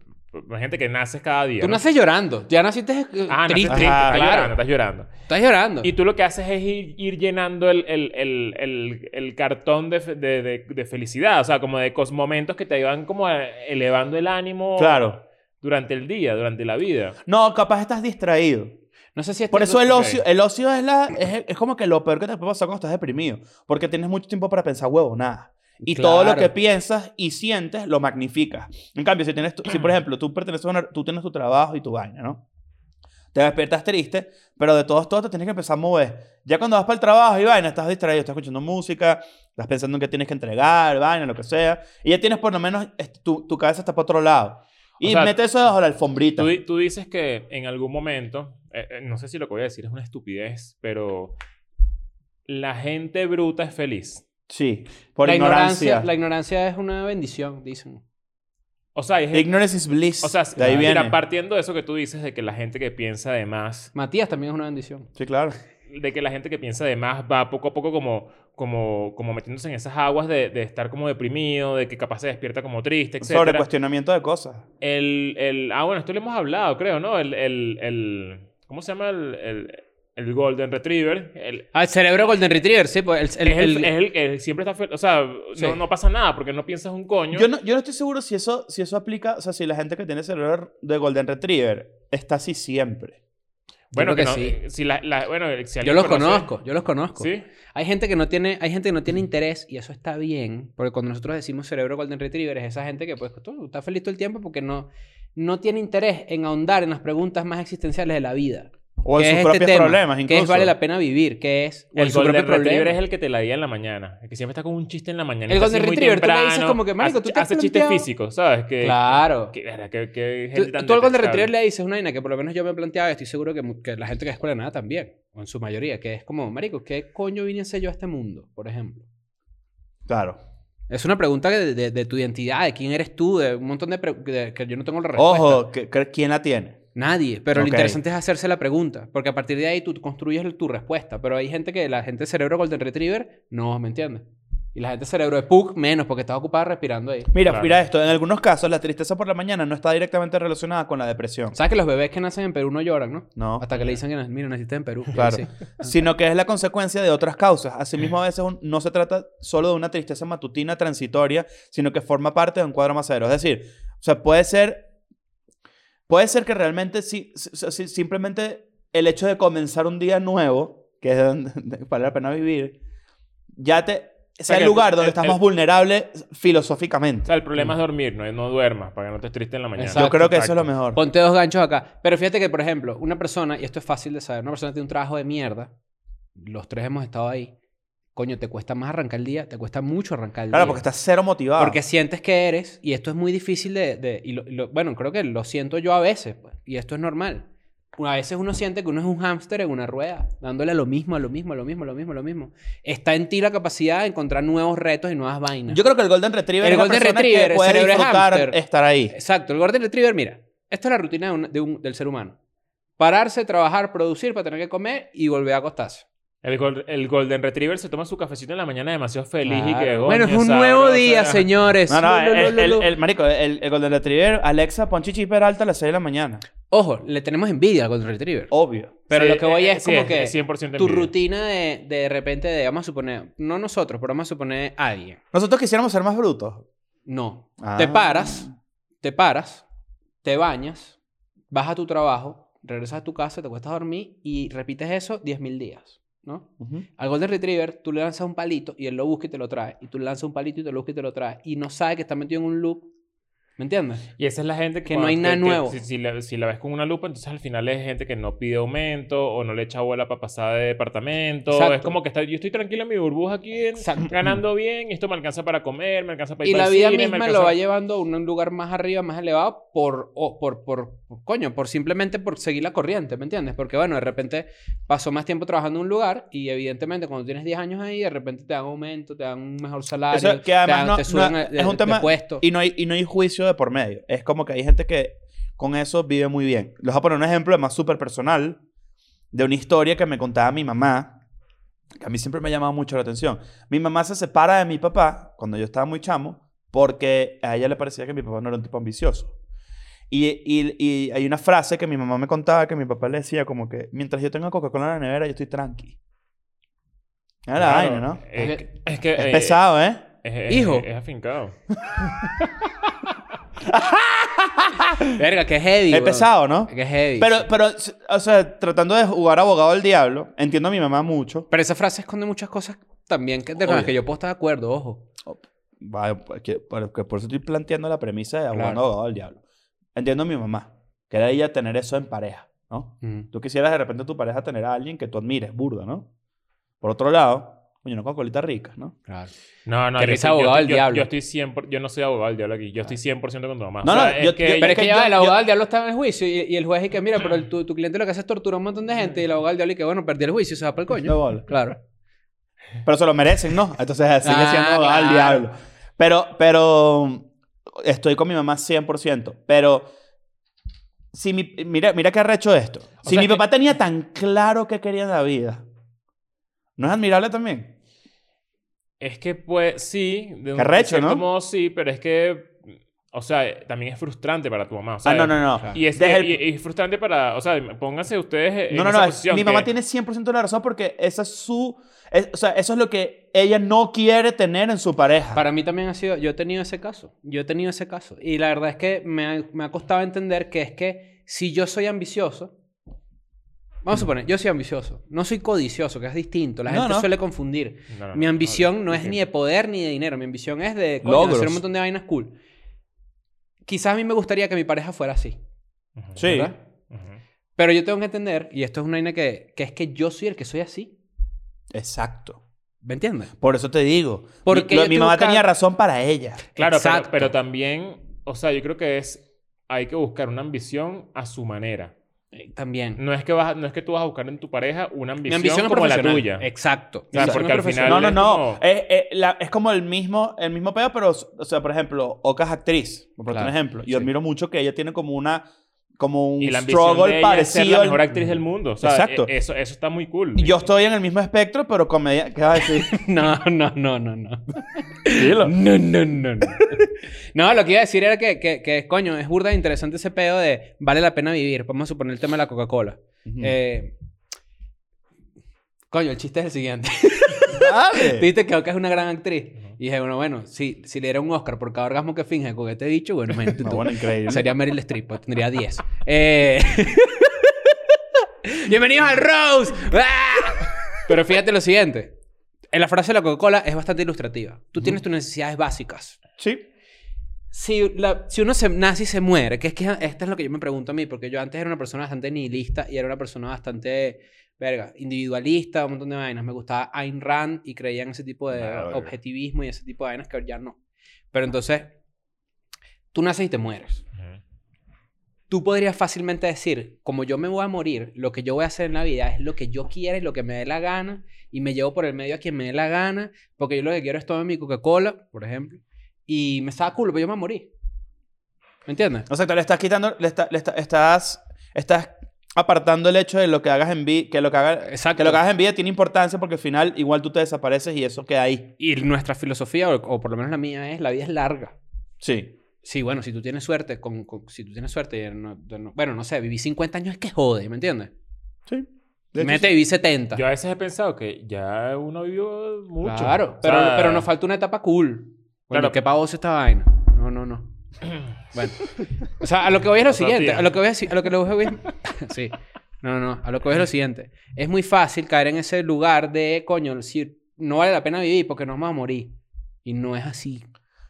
S2: hay gente que naces cada día.
S4: Tú
S2: ¿no?
S4: naces llorando. Ya naciste eh,
S2: Ah, naces
S4: triste.
S2: triste.
S3: Ajá,
S2: estás
S4: claro.
S2: llorando, estás llorando.
S4: Estás llorando.
S2: Y tú lo que haces es ir, ir llenando el, el- el- el- el cartón de, fe- de- de- de felicidad. O sea, como de cos momentos que te iban como eh, elevando el ánimo.
S3: Claro.
S2: Durante el día, durante la vida.
S3: No, capaz estás distraído.
S4: No sé si
S3: Por
S4: estás-
S3: eso el
S2: ok.
S3: ocio, el ocio es, la, es, es como que lo peor que te puede pasar cuando estás deprimido. Porque tienes mucho tiempo para pensar huevo, nada. Y todo lo
S4: Claro.
S3: que piensas y sientes lo magnificas. En cambio, si, tienes tu- si por ejemplo tú, perteneces a una- tú tienes tu trabajo y tu vaina, ¿no? Te despiertas triste, pero de todos todos te tienes que empezar a mover. Ya cuando vas para el trabajo y vaina, estás distraído, estás escuchando música, estás pensando en qué tienes que entregar, vaina, lo que sea. Y ya tienes por lo menos este, tu, tu cabeza está para otro lado. Y
S2: O sea,
S3: mete eso bajo la alfombrita.
S2: Tú, di- tú dices que en algún momento, eh, eh, no sé si lo que voy a decir es una estupidez, pero la gente bruta es feliz.
S3: Sí, por
S4: la
S3: ignorancia.
S4: La ignorancia es una bendición, dicen.
S2: O sea, hay gente-
S3: Ignorance is bliss.
S2: Eh, o sea,
S3: de ahí
S2: mira,
S3: viene.
S2: partiendo de eso que tú dices de que la gente que piensa de más,
S4: Matías también es una bendición.
S3: Sí, claro.
S2: de que la gente que piensa de más va poco a poco como, como, como metiéndose en esas aguas de, de estar como deprimido, de que capaz se despierta como triste, etc.
S3: Sobre cuestionamiento de cosas.
S2: El, el, ah, bueno, esto lo hemos hablado, creo, ¿no? El, el, el- ¿cómo se llama? El, el, el Golden Retriever, el,
S4: Ah, el cerebro Golden Retriever, sí. Pues el, el-
S2: es
S4: el-
S2: el, es el que siempre está fel- O sea,
S4: Sí.
S2: no, no pasa nada porque no piensas un coño.
S3: Yo no, yo no estoy seguro si eso, si eso aplica, o sea, si la gente que tiene cerebro de Golden Retriever está así siempre.
S2: bueno,
S4: yo creo
S2: que
S4: que
S2: no- Si la, la- bueno, si
S4: Yo
S2: alguien
S4: los
S2: conoce-
S4: conozco, yo los conozco.
S2: ¿Sí?
S4: Hay gente que no tiene, hay gente que no tiene interés y eso está bien, porque cuando nosotros decimos cerebro golden retriever es esa gente que pues tú, está feliz todo el tiempo porque no no tiene interés en ahondar en las preguntas más existenciales de la vida.
S3: O en
S4: que
S3: sus
S4: es este
S3: propios
S4: tema,
S3: problemas, incluso.
S4: Que es vale la pena vivir, que es o en
S2: El
S4: su
S2: Golden
S4: propio
S2: Retriever
S4: problema.
S2: es el que te la día en la mañana. El que siempre está con un chiste en la mañana.
S4: El Golden Retriever, tú le dices como que, "Marico,
S2: hace,
S4: tú te has
S2: hace chistes
S4: planteado-"
S2: físicos, ¿sabes? Que,
S4: Claro.
S2: que- verga, que- que
S4: Tú,
S2: gente tan
S4: tú al Golden
S2: detestable.
S4: Retriever le dices una vaina que por lo menos yo me he planteado y estoy seguro que, mu- que la gente que es escuela de nada también, o en su mayoría, que es como, marico, ¿qué coño vine a hacer yo a este mundo? Por ejemplo.
S3: Claro.
S4: Es una pregunta de, de- de tu identidad, de quién eres tú, de un montón de, pre- de- que yo no tengo la respuesta.
S3: Ojo, que- que- ¿quién la tiene?
S4: Nadie, pero
S3: Ok.
S4: lo interesante es hacerse la pregunta, porque a partir de ahí tú construyes el- tu respuesta, pero hay gente que la gente cerebro golden retriever no, ¿me entiendes? Y la gente cerebro de pug menos porque está ocupada respirando ahí.
S3: Mira,
S2: Claro.
S3: mira esto. En algunos casos, la tristeza por la mañana no está directamente relacionada con la depresión.
S4: ¿Sabes que los bebés que nacen en Perú no lloran, no?
S3: No.
S4: Hasta que le dicen que na- mira, naciste en Perú. Y
S3: Claro.
S4: sí.
S3: Sino que es la consecuencia de otras causas. Asimismo, a veces un- no se trata solo de una tristeza matutina transitoria, sino que forma parte de un cuadro más severo. Es decir, o sea, puede ser. Puede ser que realmente sí, sí- sí- simplemente el hecho de comenzar un día nuevo, que es donde donde vale la pena vivir, ya te. sea el
S2: que
S3: lugar donde
S2: el-
S3: estás
S2: el-
S3: más vulnerable
S2: O
S3: filosóficamente.
S2: sea, el problema
S4: Mm.
S2: es dormir, no, no duermas, para que no te triste en la mañana.
S3: Yo
S4: Exacto,
S3: creo que eso es lo
S2: exacto.
S3: mejor.
S4: Ponte dos ganchos acá. Pero fíjate que, por ejemplo, una persona, y esto es fácil de saber, una persona tiene un trabajo de mierda, los tres hemos estado ahí, coño, te cuesta más arrancar el día, te cuesta mucho arrancar el
S3: Claro,
S4: día.
S3: porque estás cero motivado.
S4: Porque sientes que eres, y esto es muy difícil de... de- y lo- y lo- bueno, creo que lo siento yo a veces, pues, y esto es normal. A veces uno siente que uno es un hámster en una rueda, dándole a lo mismo, a lo mismo, a lo mismo, a lo mismo, a lo mismo. Está en ti la capacidad de encontrar nuevos retos y nuevas vainas.
S3: Yo creo que el Golden Retriever
S4: El
S3: es la
S4: Golden
S3: persona
S4: Retriever,
S3: que
S4: el
S3: puede
S4: cerebro es
S3: disfrutar
S4: hámster.
S3: estar ahí.
S4: Exacto, el Golden Retriever, mira, esta es la rutina de un- de un- del ser humano. Pararse, trabajar, producir para tener que comer y volver a acostarse.
S2: El, gol- el Golden Retriever se toma su cafecito en la mañana demasiado feliz y que...
S4: Claro.
S2: "Oh,
S4: Bueno, es
S2: "Coño,
S4: un nuevo
S2: sabroso".
S4: día, señores.
S3: No, no,
S4: Lo, lo,
S3: el,
S4: lo,
S3: el-
S4: lo, lo.
S3: el- marico, el, el Golden Retriever, Alexa, pon chichi Peralta a las 6 de la mañana.
S4: Ojo, le tenemos envidia al Golden Retriever.
S3: Obvio.
S4: Pero
S2: Sí,
S4: lo que voy
S2: eh,
S4: es
S2: sí,
S4: como que
S2: 100%
S4: tu
S2: envidia.
S4: rutina de, de repente de, vamos a suponer, no nosotros, pero vamos a suponer alguien.
S3: Nosotros quisiéramos ser más brutos.
S4: No.
S3: Ah.
S4: Te paras, te paras, te bañas, vas a tu trabajo, regresas a tu casa, te cuestas a dormir y repites eso 10.000 días. ¿no?
S3: Ujú.
S4: Al Golden Retriever, tú le lanzas un palito y él lo busca y te lo trae. Y tú le lanzas un palito y te lo busca y te lo trae. Y no sabe que está metido en un loop. ¿Me entiendes?
S2: Y esa es la gente
S4: Que
S2: cuando
S4: no hay
S2: te-
S4: nada
S2: te-
S4: nuevo.
S2: Si, si la, si la ves con una lupa, entonces al final es gente que no pide aumento o no le echa bola para pasar de departamento.
S4: Exacto.
S2: Es como que está, yo estoy tranquilo en mi burbuja aquí, en-
S4: Exacto.
S2: ganando bien, esto me alcanza para comer, me alcanza para ir
S3: Pues
S4: Y
S2: para
S4: la
S2: el
S4: vida
S2: cine, me
S4: misma
S2: alcanza-
S4: lo va llevando a un lugar más arriba, más elevado, por, o- por, por, por- coño, por simplemente por seguir la corriente, ¿me entiendes? Porque bueno, de repente pasó más tiempo trabajando en un lugar y evidentemente cuando tienes 10 años ahí, de repente te dan aumento, te dan un mejor salario,
S3: Eso que
S4: te,
S3: además
S4: dan-
S3: no-
S4: te suben
S3: no-
S4: a- de-
S3: es un
S4: de
S3: tema-
S4: puesto.
S3: Y no, hay, y no hay juicio de por medio. Es como que hay gente que con eso vive muy bien. Les voy a poner un ejemplo más súper personal de una historia que me contaba mi mamá, que a mí siempre me ha llamado mucho la atención. Mi mamá se separa de mi papá cuando yo estaba muy chamo porque a ella le parecía que mi papá no era un tipo ambicioso. Y, y- y hay una frase que mi mamá me contaba que mi papá le decía como que mientras yo tenga Coca-Cola en la nevera yo estoy tranqui. Era Ah, la
S2: Claro,
S3: vaina, ¿no?
S2: Es que... Es, que,
S3: Es
S2: eh,
S3: pesado, ¿eh?
S2: es- es-
S4: Hijo.
S2: Es afincado.
S4: Verga, que heavy.
S3: Es
S4: weón.
S3: pesado, ¿no?
S4: Que heavy.
S3: Pero, pero, s- o sea, tratando de jugar abogado del diablo, entiendo a mi mamá mucho.
S4: Pero esa frase esconde muchas cosas también que, de con las que yo puedo estar de acuerdo, ojo.
S3: Va, pues, que- Por, que por eso estoy planteando la premisa de abogado,
S4: Claro.
S3: abogado del diablo. Entiendo a mi mamá, que era ella tener eso en pareja, ¿no?
S4: Mm.
S3: Tú quisieras de repente tu pareja tener a alguien que tú admires, burda, ¿no? Por otro lado, coño, una Coca-Colita rica, ¿no?
S4: Claro.
S2: No, no.
S4: Que
S2: yo
S4: risa
S2: estoy- yo
S4: abogado
S2: estoy-
S4: del
S2: yo-
S4: diablo. Ah.
S2: Yo estoy 100%... Yo no soy abogado del diablo aquí. Yo estoy 100% con tu mamá.
S3: No,
S2: O
S3: no,
S2: sea, es
S3: yo- yo-
S4: Pero es
S3: que
S4: que ya va, el
S3: yo-
S4: abogado del diablo estaba en el juicio y, y el juez es que, mira, pero el- tu, tu cliente lo que hace es torturar a un montón de gente y el abogado del diablo y que, bueno, perdí el juicio, se va para el
S3: No
S4: coño.
S3: bola.
S4: Claro.
S3: Pero se lo merecen, ¿no? Entonces eh, sigue
S4: Ah,
S3: siendo abogado del
S4: claro.
S3: diablo. Pero, pero estoy con mi mamá 100%. Pero si mi, mira, mira qué arrecho esto.
S2: O
S3: si
S2: sea
S3: mi
S2: que-
S3: papá tenía tan claro que quería en la vida, ¿no es admirable también?
S2: Es que, pues, sí. De un
S3: Qué recho,
S2: cierto
S3: ¿no?
S2: modo, sí, pero es que... O sea, también es frustrante para tu mamá. O sea,
S3: ah, no, no, no.
S2: Y es,
S3: Desde el-
S2: y- y es frustrante para... O sea, pónganse ustedes en
S3: no, no,
S2: esa
S3: no. es-
S2: posición
S3: Mi mamá
S2: que-
S3: tiene 100% la razón porque esa es su... es- o sea, eso es lo que ella no quiere tener en su pareja.
S4: Para mí también ha sido, yo he tenido ese caso, yo he tenido ese caso. Y la verdad es que me ha, me ha costado entender que es que si yo soy ambicioso, vamos a suponer, yo soy ambicioso, no soy codicioso, que es distinto, la
S3: No,
S4: gente
S3: no.
S4: suele confundir.
S2: No, no,
S4: Mi
S2: no,
S4: ambición no, es
S2: distinto.
S4: ni de poder ni de dinero. Mi ambición es de, coño,
S3: Logros.
S4: hacer un montón de vainas cool. Quizás a mí me gustaría que mi pareja fuera así.
S2: Ujú.
S3: Sí.
S4: ¿verdad?
S2: Ujú.
S4: Pero yo tengo que entender, y esto es una vaina que, que es que yo soy el que soy así.
S3: Exacto.
S4: ¿Me entiendes?
S3: Por eso te digo.
S4: Porque
S3: mi, lo-
S4: yo
S3: mi
S4: estoy
S3: mamá
S4: buscando-
S3: tenía razón para ella.
S2: Claro, pero,
S4: Exacto.
S2: pero también, o sea, yo creo que es, hay que buscar una ambición a su manera.
S4: Eh, También.
S2: No es que, vas, a- no es que tú vas a buscar en tu pareja una ambición,
S4: Mi ambición es
S2: como la
S4: profesional.
S2: tuya.
S4: Exacto.
S2: Claro,
S4: Mi ambición
S2: porque
S4: es
S2: al
S4: profesional.
S2: final-
S3: No, no,
S2: es
S3: no.
S2: como-
S3: Eh, eh, la- es como el mismo, el mismo pedo, pero, o sea, por ejemplo, Oka es actriz, por poner
S4: Claro,
S3: un ejemplo. Yo
S4: sí.
S3: admiro mucho que ella tiene como una, como un
S2: Y la ambición de
S3: struggle
S2: ella es ser
S3: parecido.
S2: la
S3: al-
S2: mejor actriz del mundo. O sea,
S3: Exacto.
S2: e- Eso, eso está muy cool.
S3: Yo estoy en el mismo espectro, pero comedia. ¿Qué vas a decir?
S4: No, no, no, no, no. No, no, no, no. No, lo que iba a decir era que, que, que, coño, es burda e interesante ese pedo de vale la pena vivir. Vamos a suponer el tema de la Coca-Cola. Eh, coño, el chiste es el siguiente.
S3: Dale.
S4: Viste que Oka es una gran actriz. Y dije, bueno, bueno, si, si le diera un Oscar por cada orgasmo que finge con este bicho, bueno, imagínate
S3: No,
S4: tú.
S3: bueno, increíble.
S4: Sería Meryl Streep, pues, tendría 10. Eh, ¡Bienvenidos al Rose! ¡Ah! Pero fíjate lo siguiente. En la frase de la Coca-Cola es bastante ilustrativa. Tú tienes tus necesidades básicas.
S3: Sí.
S4: Si, la- si uno se nace y se muere, que es que esto es lo que yo me pregunto a mí, porque yo antes era una persona bastante nihilista y era una persona bastante, verga, individualista, un montón de vainas. Me gustaba Ayn Rand y creía en ese tipo de
S2: Verga.
S4: objetivismo y ese tipo de vainas que ya no. Pero entonces, tú naces y te mueres.
S2: Ujú.
S4: Tú podrías fácilmente decir, como yo me voy a morir, lo que yo voy a hacer en la vida es lo que yo quiera y lo que me dé la gana, y me llevo por el medio a quien me dé la gana, porque yo lo que quiero es tomar mi Coca-Cola, por ejemplo, y me estaba culo, pero yo me morí. ¿Me entiendes?
S3: O sea, te le estás quitando, le está- le está- estás, estás apartando el hecho de lo que hagas en vida, que lo que hagas,
S4: Exacto.
S3: que lo que hagas en vida tiene importancia porque al final igual tú te desapareces y eso queda ahí.
S4: Y nuestra filosofía, o, o por lo menos la mía, es la vida es larga.
S3: Sí.
S4: Sí, bueno, si tú tienes suerte, con, con- si tú tienes suerte, y no- no- bueno, no sé, viví 50 años es que jode, ¿me entiendes?
S3: Sí. De hecho,
S4: Mete, viví 70.
S2: Yo a veces he pensado que ya uno vivió mucho.
S4: Claro,
S2: O
S4: pero,
S2: sea,
S4: pero nos falta una etapa cool. Bueno,
S2: Claro.
S4: qué pavoso esta vaina. No, no, no. Bueno. O sea, a lo que voy es lo
S2: Otra
S4: siguiente.
S2: tía.
S4: A lo que voy es, a lo que les voy es... sí. No, no, a lo que voy es lo siguiente. Es muy fácil caer en ese lugar de, coño, si no vale la pena vivir porque nos vamos a morir. Y no es así.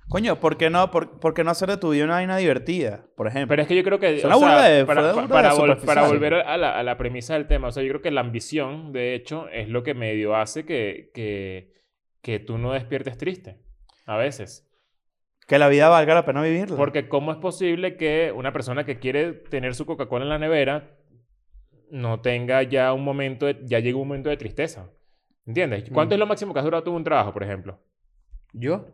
S3: Coño, ¿por qué no, por, por qué no hacer de tu vida una vaina divertida? Por ejemplo.
S2: Pero es que yo creo que.
S3: Suena
S2: o sea,
S3: burda de-
S2: para,
S3: fuera
S2: pa-
S3: burda
S2: para
S3: de
S2: vol-
S3: superficial.
S2: para volver a la, a la premisa del tema, o sea, yo creo que la ambición, de hecho, es lo que medio hace que, que, que tú no despiertes triste. A veces.
S3: Que la vida valga la pena vivirla.
S2: Porque, ¿cómo es posible que una persona que quiere tener su Coca-Cola en la nevera no tenga ya un momento, de- ya llega un momento de tristeza? ¿Entiendes? ¿Cuánto
S4: Mm.
S2: es lo máximo que has durado tú en un trabajo, por ejemplo?
S4: ¿Yo?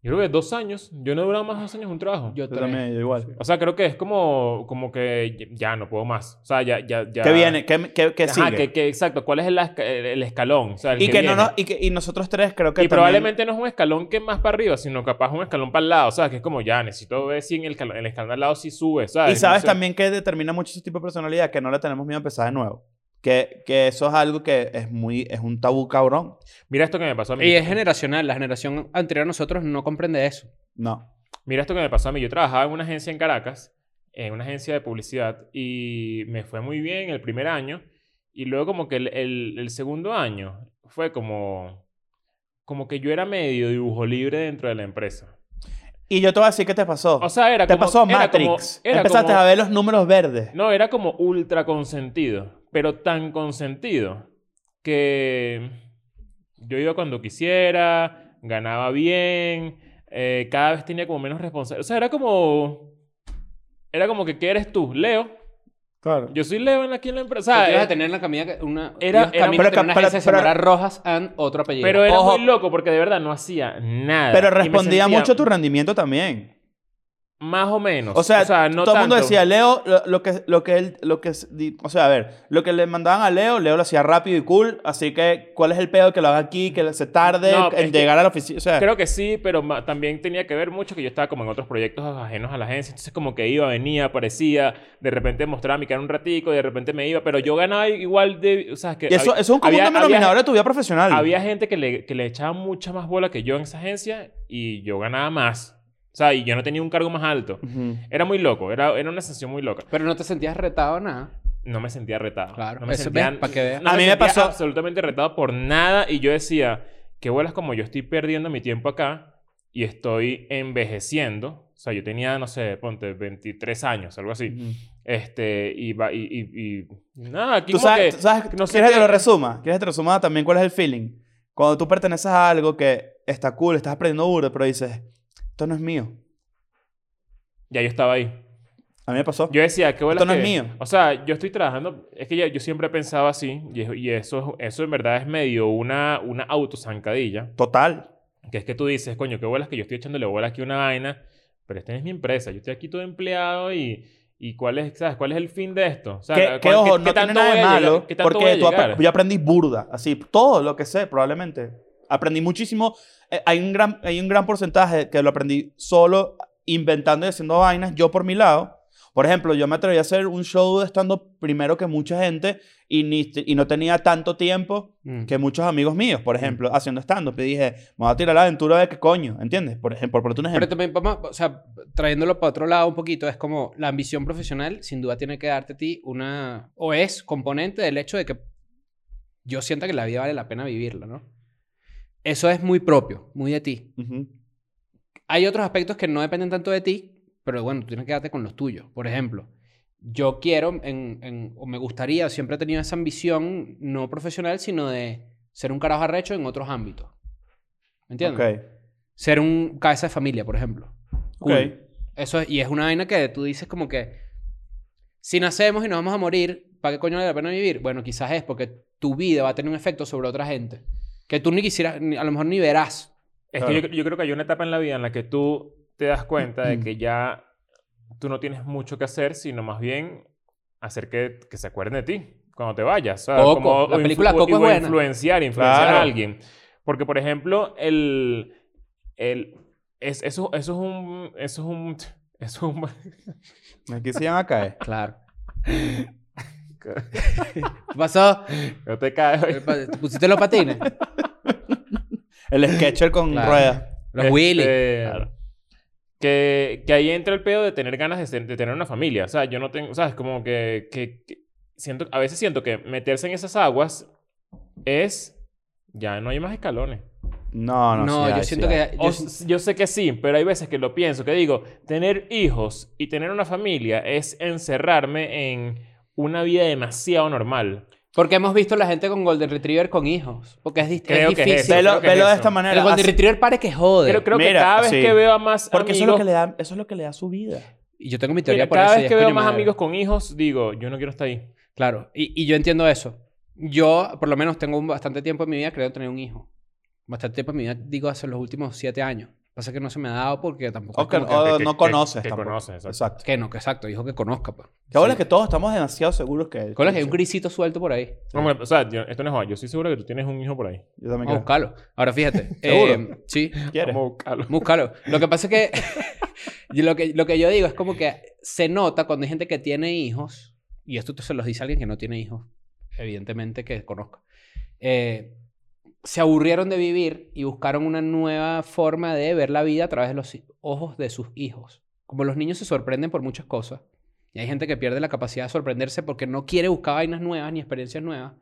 S2: Yo creo que dos años. Yo no he durado más de dos años en un trabajo.
S4: Yo
S3: Yo
S4: tres.
S3: también, yo igual.
S2: O sea, creo que es como, como que ya- ya no puedo más. O sea, ya, ya, ya.
S3: ¿Qué viene? ¿Qué, qué- qué
S2: Ajá,
S3: sigue?
S2: que, que- exacto. ¿Cuál es el, asca- el- el escalón? O sea, el
S3: y que no
S2: viene.
S3: nos- y, que- y nosotros tres creo que
S2: Y
S3: también-
S2: probablemente no es un escalón que más para arriba, sino capaz un escalón para el lado. O sea, que es como ya necesito ver si en el, escalón- el escalón al lado sí sube. ¿sabes?
S3: Y sabes
S2: No sé.
S3: también que determina mucho ese tipo de personalidad, que no le tenemos miedo a empezar de nuevo. Que, que eso es algo que es muy... Es un tabú cabrón.
S2: Mira esto que me pasó a mí.
S4: Y es generacional. La generación anterior a nosotros no comprende eso.
S3: No.
S2: Mira esto que me pasó a mí. Yo trabajaba en una agencia en Caracas, en una agencia de publicidad, y me fue muy bien el primer año. Y luego como que el, el- el segundo año fue como... Como que yo era medio dibujo libre dentro de la empresa.
S3: Y yo te voy a decir qué te pasó.
S2: O sea, era
S3: te
S2: como...
S3: pasó
S2: era como-
S3: Matrix.
S2: era
S3: Empezaste
S2: como-
S3: a ver los números verdes.
S2: No, era como ultra consentido, pero tan consentido que yo iba cuando quisiera, ganaba bien, eh, cada vez tenía como menos responsabilidad. O sea, era como... Era como que, ¿qué eres tú? Leo.
S3: Claro.
S2: Yo soy Leo en- aquí en la empresa. eh,
S4: Ah,
S2: ¿sabes?
S4: ibas a tener la camilla que- una,
S2: Era-
S4: ibas
S2: era-
S4: camino a
S3: pero
S4: tener una
S3: cap-
S4: agencia
S3: pero-
S4: de Zamora Rojas and otro apellido.
S2: Pero era
S3: Ojo.
S2: muy loco porque de verdad no hacía nada.
S3: Pero
S2: Y me
S3: respondía
S2: sentía
S3: mucho tu rendimiento también.
S2: Más o menos.
S3: O sea,
S2: no
S3: todo el
S2: tanto.
S3: mundo decía, Leo, lo, lo que, lo que él, lo que, s- di- o sea, a ver, lo que le mandaban a Leo, Leo lo hacía rápido y cool, así que, ¿cuál es el pedo que lo haga aquí, que se tarde
S2: No, es
S3: en
S2: que-
S3: llegar a la oficina? O sea,
S2: Creo que sí, pero ma- también tenía que ver mucho que yo estaba como en otros proyectos ajenos a la agencia. Entonces como que iba, venía, aparecía. De repente mostraba mi cara un ratico y de repente me iba. Pero yo ganaba igual de... O sea, que
S3: y eso,
S2: había-
S3: eso es un común
S2: había- había-
S3: denominador de tu vida profesional.
S2: Había gente que le, que le echaba mucha más bola que yo en esa agencia y yo ganaba más. O sea, y yo no tenía un cargo más alto.
S3: Ujú.
S2: Era muy loco. Era, era una sensación muy loca.
S4: Pero no te sentías retado nada.
S2: no me sentía retado.
S4: Claro,
S2: No me
S4: eso,
S2: sentía,
S4: ves, pa' que veas.
S2: no
S3: A mí me
S2: sentía
S3: pasó-
S2: absolutamente retado por nada y yo decía, qué bolas como yo estoy perdiendo mi tiempo acá y estoy envejeciendo. O sea, yo tenía, no sé, ponte 23 años, algo así.
S3: Ujú.
S2: Este, y, va- y, y, y- nada, aquí
S3: ¿Tú
S2: como
S3: sabes,
S2: que...
S3: tú sabes-
S2: no sé
S3: ¿Quieres
S2: qué-
S3: que lo resuma? ¿Quieres que te resuma también cuál es el feeling? Cuando tú perteneces a algo que está cool, estás aprendiendo burda, pero dices, esto no es mío.
S2: Ya yo estaba ahí.
S3: A mí me pasó.
S2: Yo decía, qué bolas
S3: Esto no
S2: que-
S3: es mío.
S2: O sea, yo estoy trabajando... Es que ya- yo siempre he pensado así y, es- y eso, es- eso en verdad es medio una, una autozancadilla.
S3: Total.
S2: Que es que tú dices, coño, qué bolas que yo estoy echándole bola aquí a una vaina, pero esta es mi empresa, yo estoy aquí todo empleado y, y cuál es, ¿sabes? ¿Cuál es el fin de esto? O sea,
S3: que, que,
S2: ¿cuál-
S3: ojo,
S2: qué-
S3: no
S2: qué
S3: tiene
S2: tanto
S3: nada de
S2: voy a
S3: malo,
S2: llegar? ¿Qué tanto voy
S3: porque
S2: a
S3: tú apre-
S2: llegar?
S3: yo aprendí burda, así, todo lo que sé, probablemente. Eh, Aprendí muchísimo. Eh, hay, un gran, hay un gran porcentaje que lo aprendí solo, inventando y haciendo vainas, yo por mi lado. Por ejemplo, yo me atreví a hacer un show estando primero que mucha gente y, ni, y no tenía tanto tiempo
S4: Mm.
S3: que muchos amigos míos,
S2: Mm.
S3: por ejemplo, haciendo stand-up. Y dije, me voy a tirar a la aventura de qué coño, ¿entiendes? Por ejemplo, por ponerte un ejemplo.
S4: Pero también, vamos, o sea, trayéndolo para otro lado un poquito, es como la ambición profesional sin duda tiene que darte a ti una, o es componente del hecho de que yo sienta que la vida vale la pena vivirla, ¿no? Eso es muy propio, muy de ti.
S3: Ujú.
S4: Hay otros aspectos que no dependen tanto de ti, pero bueno, tú tienes que darte con los tuyos. Por ejemplo, yo quiero, en, en- o me gustaría, siempre he tenido esa ambición, no profesional, sino de ser un carajo arrecho en otros ámbitos. ¿Me entiendes?
S3: Ok.
S4: Ser un cabeza de familia, por ejemplo.
S3: Ok.
S4: Cool. Eso es- y es una vaina que tú dices como que si nacemos y nos vamos a morir, ¿para qué coño vale la pena vivir? Bueno, quizás es porque tu vida va a tener un efecto sobre otra gente que tú ni quisieras, ni- a lo mejor ni verás.
S2: Es que yo, yo creo que hay una etapa en la vida en la que tú te das cuenta de que ya tú no tienes mucho que hacer, sino más bien hacer que, que se acuerden de ti cuando te vayas. ¿sabes?
S4: Coco.
S2: Como-
S4: La
S2: o influ-
S4: película
S2: o-
S4: Coco es
S2: o
S4: buena.
S2: Influenciar, influenciar
S3: Claro.
S2: a alguien. Porque, por ejemplo, el... el es, eso, eso es un... Eso es un... Eso es un...
S3: Aquí se llama caer.
S4: Claro. ¿Qué pasó?
S2: No te caes. oye.
S4: ¿Te pusiste los patines?
S3: El sketcher con
S4: Claro.
S3: ruedas.
S4: Los
S2: Este,
S4: Willy.
S3: Claro.
S2: Que, que ahí entra el pedo de tener ganas de, ser- de tener una familia. O sea, yo no tengo... ¿Sabes? Como que... que, que- siento, a veces siento que meterse en esas aguas es... Ya no hay más escalones.
S3: No, no,
S4: No,
S3: sí
S4: yo
S3: hay, sí
S4: siento
S3: hay.
S4: que... yo
S2: O
S4: sin-
S2: s- yo sé que sí, pero hay veces que lo pienso, que digo, tener hijos y tener una familia es encerrarme en una vida demasiado normal.
S4: Porque hemos visto la gente con Golden Retriever con hijos. Porque es, dist- es
S2: Creo que es
S4: difícil.
S2: eso.
S3: Velo,
S2: creo que
S3: velo
S2: es
S3: de
S2: eso.
S3: esta
S4: El
S3: manera.
S4: Golden
S3: así-
S4: Retriever pare que jode.
S2: Creo, creo que
S3: Mira,
S2: cada vez
S3: sí.
S2: que veo a más
S3: porque eso es, lo
S2: amigos,
S3: que le da, eso es lo que le da su vida.
S4: Y yo tengo mi teoría
S2: mira,
S4: por
S2: cada
S4: eso y
S2: vez
S4: es
S2: que veo
S4: coño
S2: más
S4: madre.
S2: amigos con hijos, digo, yo no quiero estar ahí.
S4: Claro. Y, y yo entiendo eso. Yo, por lo menos, tengo un- bastante tiempo en mi vida creo tener un hijo. Bastante tiempo en mi vida, digo, hace los últimos siete años. Pasa que no se me ha dado porque tampoco... es
S3: O, que-
S4: como que-
S3: o
S2: que- que-
S3: no
S2: que-
S3: conoces
S2: que
S3: tampoco.
S2: conoces, exacto.
S4: Que no, que exacto. Hijo que conozca, pues.
S3: Que ahora
S4: Sí.
S3: que todos estamos demasiado seguros que...
S4: Coño, que hay un grisito suelto por
S3: Ah,
S4: ahí.
S2: Hombre, o sea, yo- esto no es joda, yo estoy seguro que tú tienes un hijo por ahí.
S3: Yo también
S4: Vamos a
S3: creo.
S4: buscarlo. Ahora fíjate.
S3: ¿Seguro?
S4: eh, sí,
S3: ¿Quieres?
S2: Vamos a buscarlo.
S4: búscalo. Lo que pasa es que, y lo que lo que yo digo es como que se nota cuando hay gente que tiene hijos, y esto te se los dice alguien que no tiene hijos, evidentemente que conozca. eh, se aburrieron de vivir y buscaron una nueva forma de ver la vida a través de los hi- ojos de sus hijos. Como los niños se sorprenden por muchas cosas, y hay gente que pierde la capacidad de sorprenderse porque no quiere buscar vainas nuevas ni experiencias nuevas,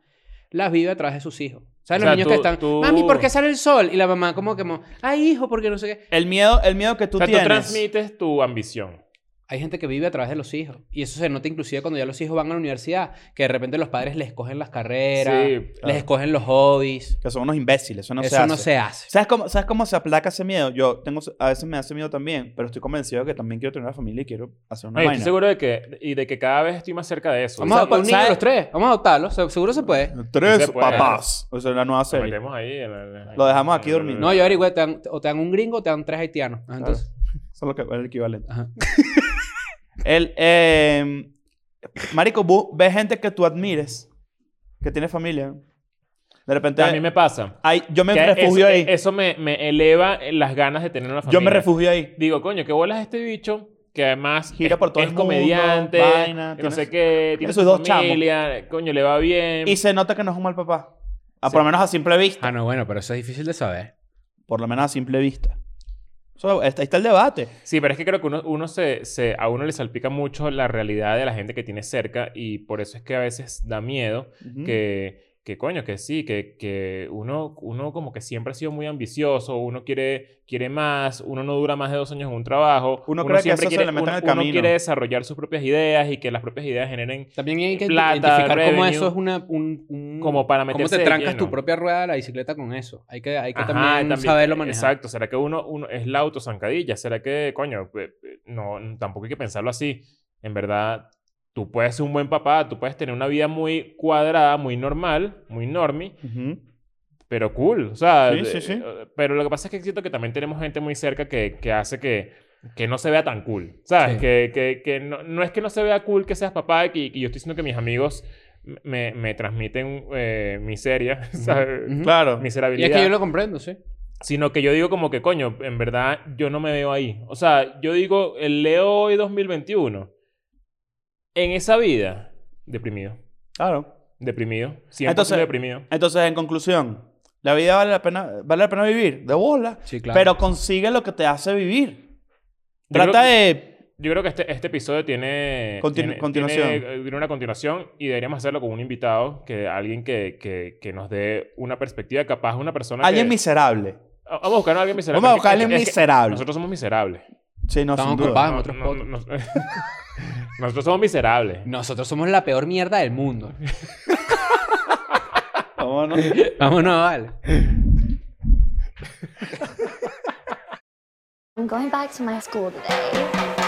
S4: las vive a través de sus hijos. ¿Sabes?
S2: O
S4: los
S2: sea,
S4: niños
S2: tú-
S4: que están,
S2: tú-
S4: mami, ¿por qué sale el sol? Y la mamá como que, mo- ay, hijo, porque no sé qué.
S3: El miedo, el miedo que tú
S2: o sea,
S3: tienes...
S2: tú transmites tu ambición.
S4: Hay gente que vive a través de los hijos. Y eso se nota inclusive cuando ya los hijos van a la universidad, que de repente los padres les escogen las carreras,
S2: Sí,
S4: les
S3: claro.
S4: escogen los hobbies.
S3: Que son unos imbéciles, eso no
S4: eso
S3: se hace.
S4: no se hace.
S3: ¿Sabes cómo, ¿Sabes cómo se aplaca ese miedo? Yo tengo, a veces me hace miedo también, pero estoy convencido que también quiero tener una familia y quiero hacer una
S2: Oye, estoy
S3: vaina.
S2: seguro de que, y de que cada vez estoy más cerca de eso.
S4: Vamos a
S3: ¿Sabes
S4: adoptar Mm. un niño
S3: cuál-
S4: de los tres. Vamos a adoptarlo. se- Seguro se puede.
S2: Sí
S3: Tres
S2: se puede.
S3: papás. O sea, la nueva
S2: Lo
S3: serie.
S2: metemos ahí. en el-
S3: Lo dejamos aquí dormido.
S4: No, yo averigüé. te dan- o te dan un gringo o te dan tres haitianos. Ah, Entonces,
S3: Eso es lo que es el equivalente.
S4: Ajá.
S3: El, eh, marico, bu- ve gente que tú admires, que tiene familia. De repente,
S2: A mí me pasa.
S3: ay, yo me
S2: Que
S3: refugio
S2: eso, eh,
S3: ahí.
S2: Eso me, me eleva las ganas de tener una familia.
S3: yo me refugio ahí.
S2: Digo, coño, qué bolas este bicho. Que además
S3: Gira
S2: es,
S3: por todo
S2: es
S3: el mundo,
S2: comediante,
S3: vaina,
S2: no
S3: tiene
S2: sé
S3: su-
S2: qué, tiene
S3: tiene
S2: su
S3: sus dos
S2: familia, coño, le va bien.
S3: Y se nota que no es un mal papá. A, Por lo menos a simple vista.
S4: ah, no, bueno, pero eso es difícil de saber.
S3: Por lo menos a simple vista. Eso- ahí está el debate.
S2: Sí, pero es que creo que uno, uno se, se- a uno le salpica mucho la realidad de la gente que tiene cerca y por eso es que a veces da miedo
S3: Ujú.
S2: que, que coño, que sí, que, que uno, uno como que siempre ha sido muy ambicioso, uno quiere, quiere más, uno no dura más de dos años en un trabajo,
S3: Uno cree que
S2: siempre
S3: eso se le mete
S2: uno-
S3: en el
S2: uno
S3: camino.
S2: quiere desarrollar sus propias ideas y que las propias ideas generen
S4: También hay que
S2: Plata,
S4: identificar cómo
S2: revenue.
S4: eso es una, un, un-
S2: Como para
S4: Cómo
S2: meterse
S4: te
S2: de
S4: trancas tu
S2: lleno.
S4: propia rueda de la bicicleta con eso. Hay que, hay que
S2: Ajá,
S4: también,
S2: también,
S4: saberlo
S2: eh,
S4: manejar.
S2: Exacto. ¿Será que uno, uno es la autozancadilla? ¿Será que, coño, pe- pe- no, tampoco hay que pensarlo así? En verdad, tú puedes ser un buen papá, tú puedes tener una vida muy cuadrada, muy normal, muy normie,
S3: Ujú.
S2: pero cool. O sea,
S3: Sí, sí,
S2: eh,
S3: sí.
S2: eh, pero lo que pasa es que siento que también tenemos gente muy cerca que, que hace que, que no se vea tan cool. ¿Sabes?
S4: Sí.
S2: Que, que, que no, no es que no se vea cool que seas papá y, que- y yo estoy diciendo que mis amigos me, me transmiten eh, miseria, ¿sabes?
S4: Ujú.
S3: Claro.
S4: Y
S2: Miserabilidad
S4: es que yo lo comprendo, sí.
S2: sino que yo digo como que, coño, en verdad yo no me veo ahí. O sea, yo digo, el Leo hoy 2021, en esa vida, deprimido,
S3: Claro.
S2: deprimido, 100%
S3: Entonces-
S2: deprimido.
S3: Entonces, en conclusión, la vida vale la pena, vale la pena vivir, de bola.
S4: Sí, claro.
S3: Pero consigue lo que te hace vivir.
S2: Yo
S3: Trata
S2: creo
S3: de.
S2: Yo creo que este, este episodio tiene,
S3: Continu-
S2: tiene-
S3: continuación.
S2: tiene, eh, tiene una continuación y deberíamos hacerlo con un invitado, que alguien que, que, que nos dé una perspectiva, capaz una persona
S3: Alguien
S2: que-
S3: miserable.
S2: Ah, Vamos a buscar a alguien miserable.
S3: Vamos a
S2: Es que-
S3: buscar a alguien
S2: es que- es que
S3: miserable.
S2: Nosotros somos miserables.
S3: Sí, no,
S4: Estamos
S3: sin duda.
S4: ocupados. Ah, en otros
S2: no- no- nosotros somos miserables.
S4: Nosotros somos la peor mierda del mundo.
S3: Vámonos.
S4: Vámonos, vale.
S1: I'm going back to my school today.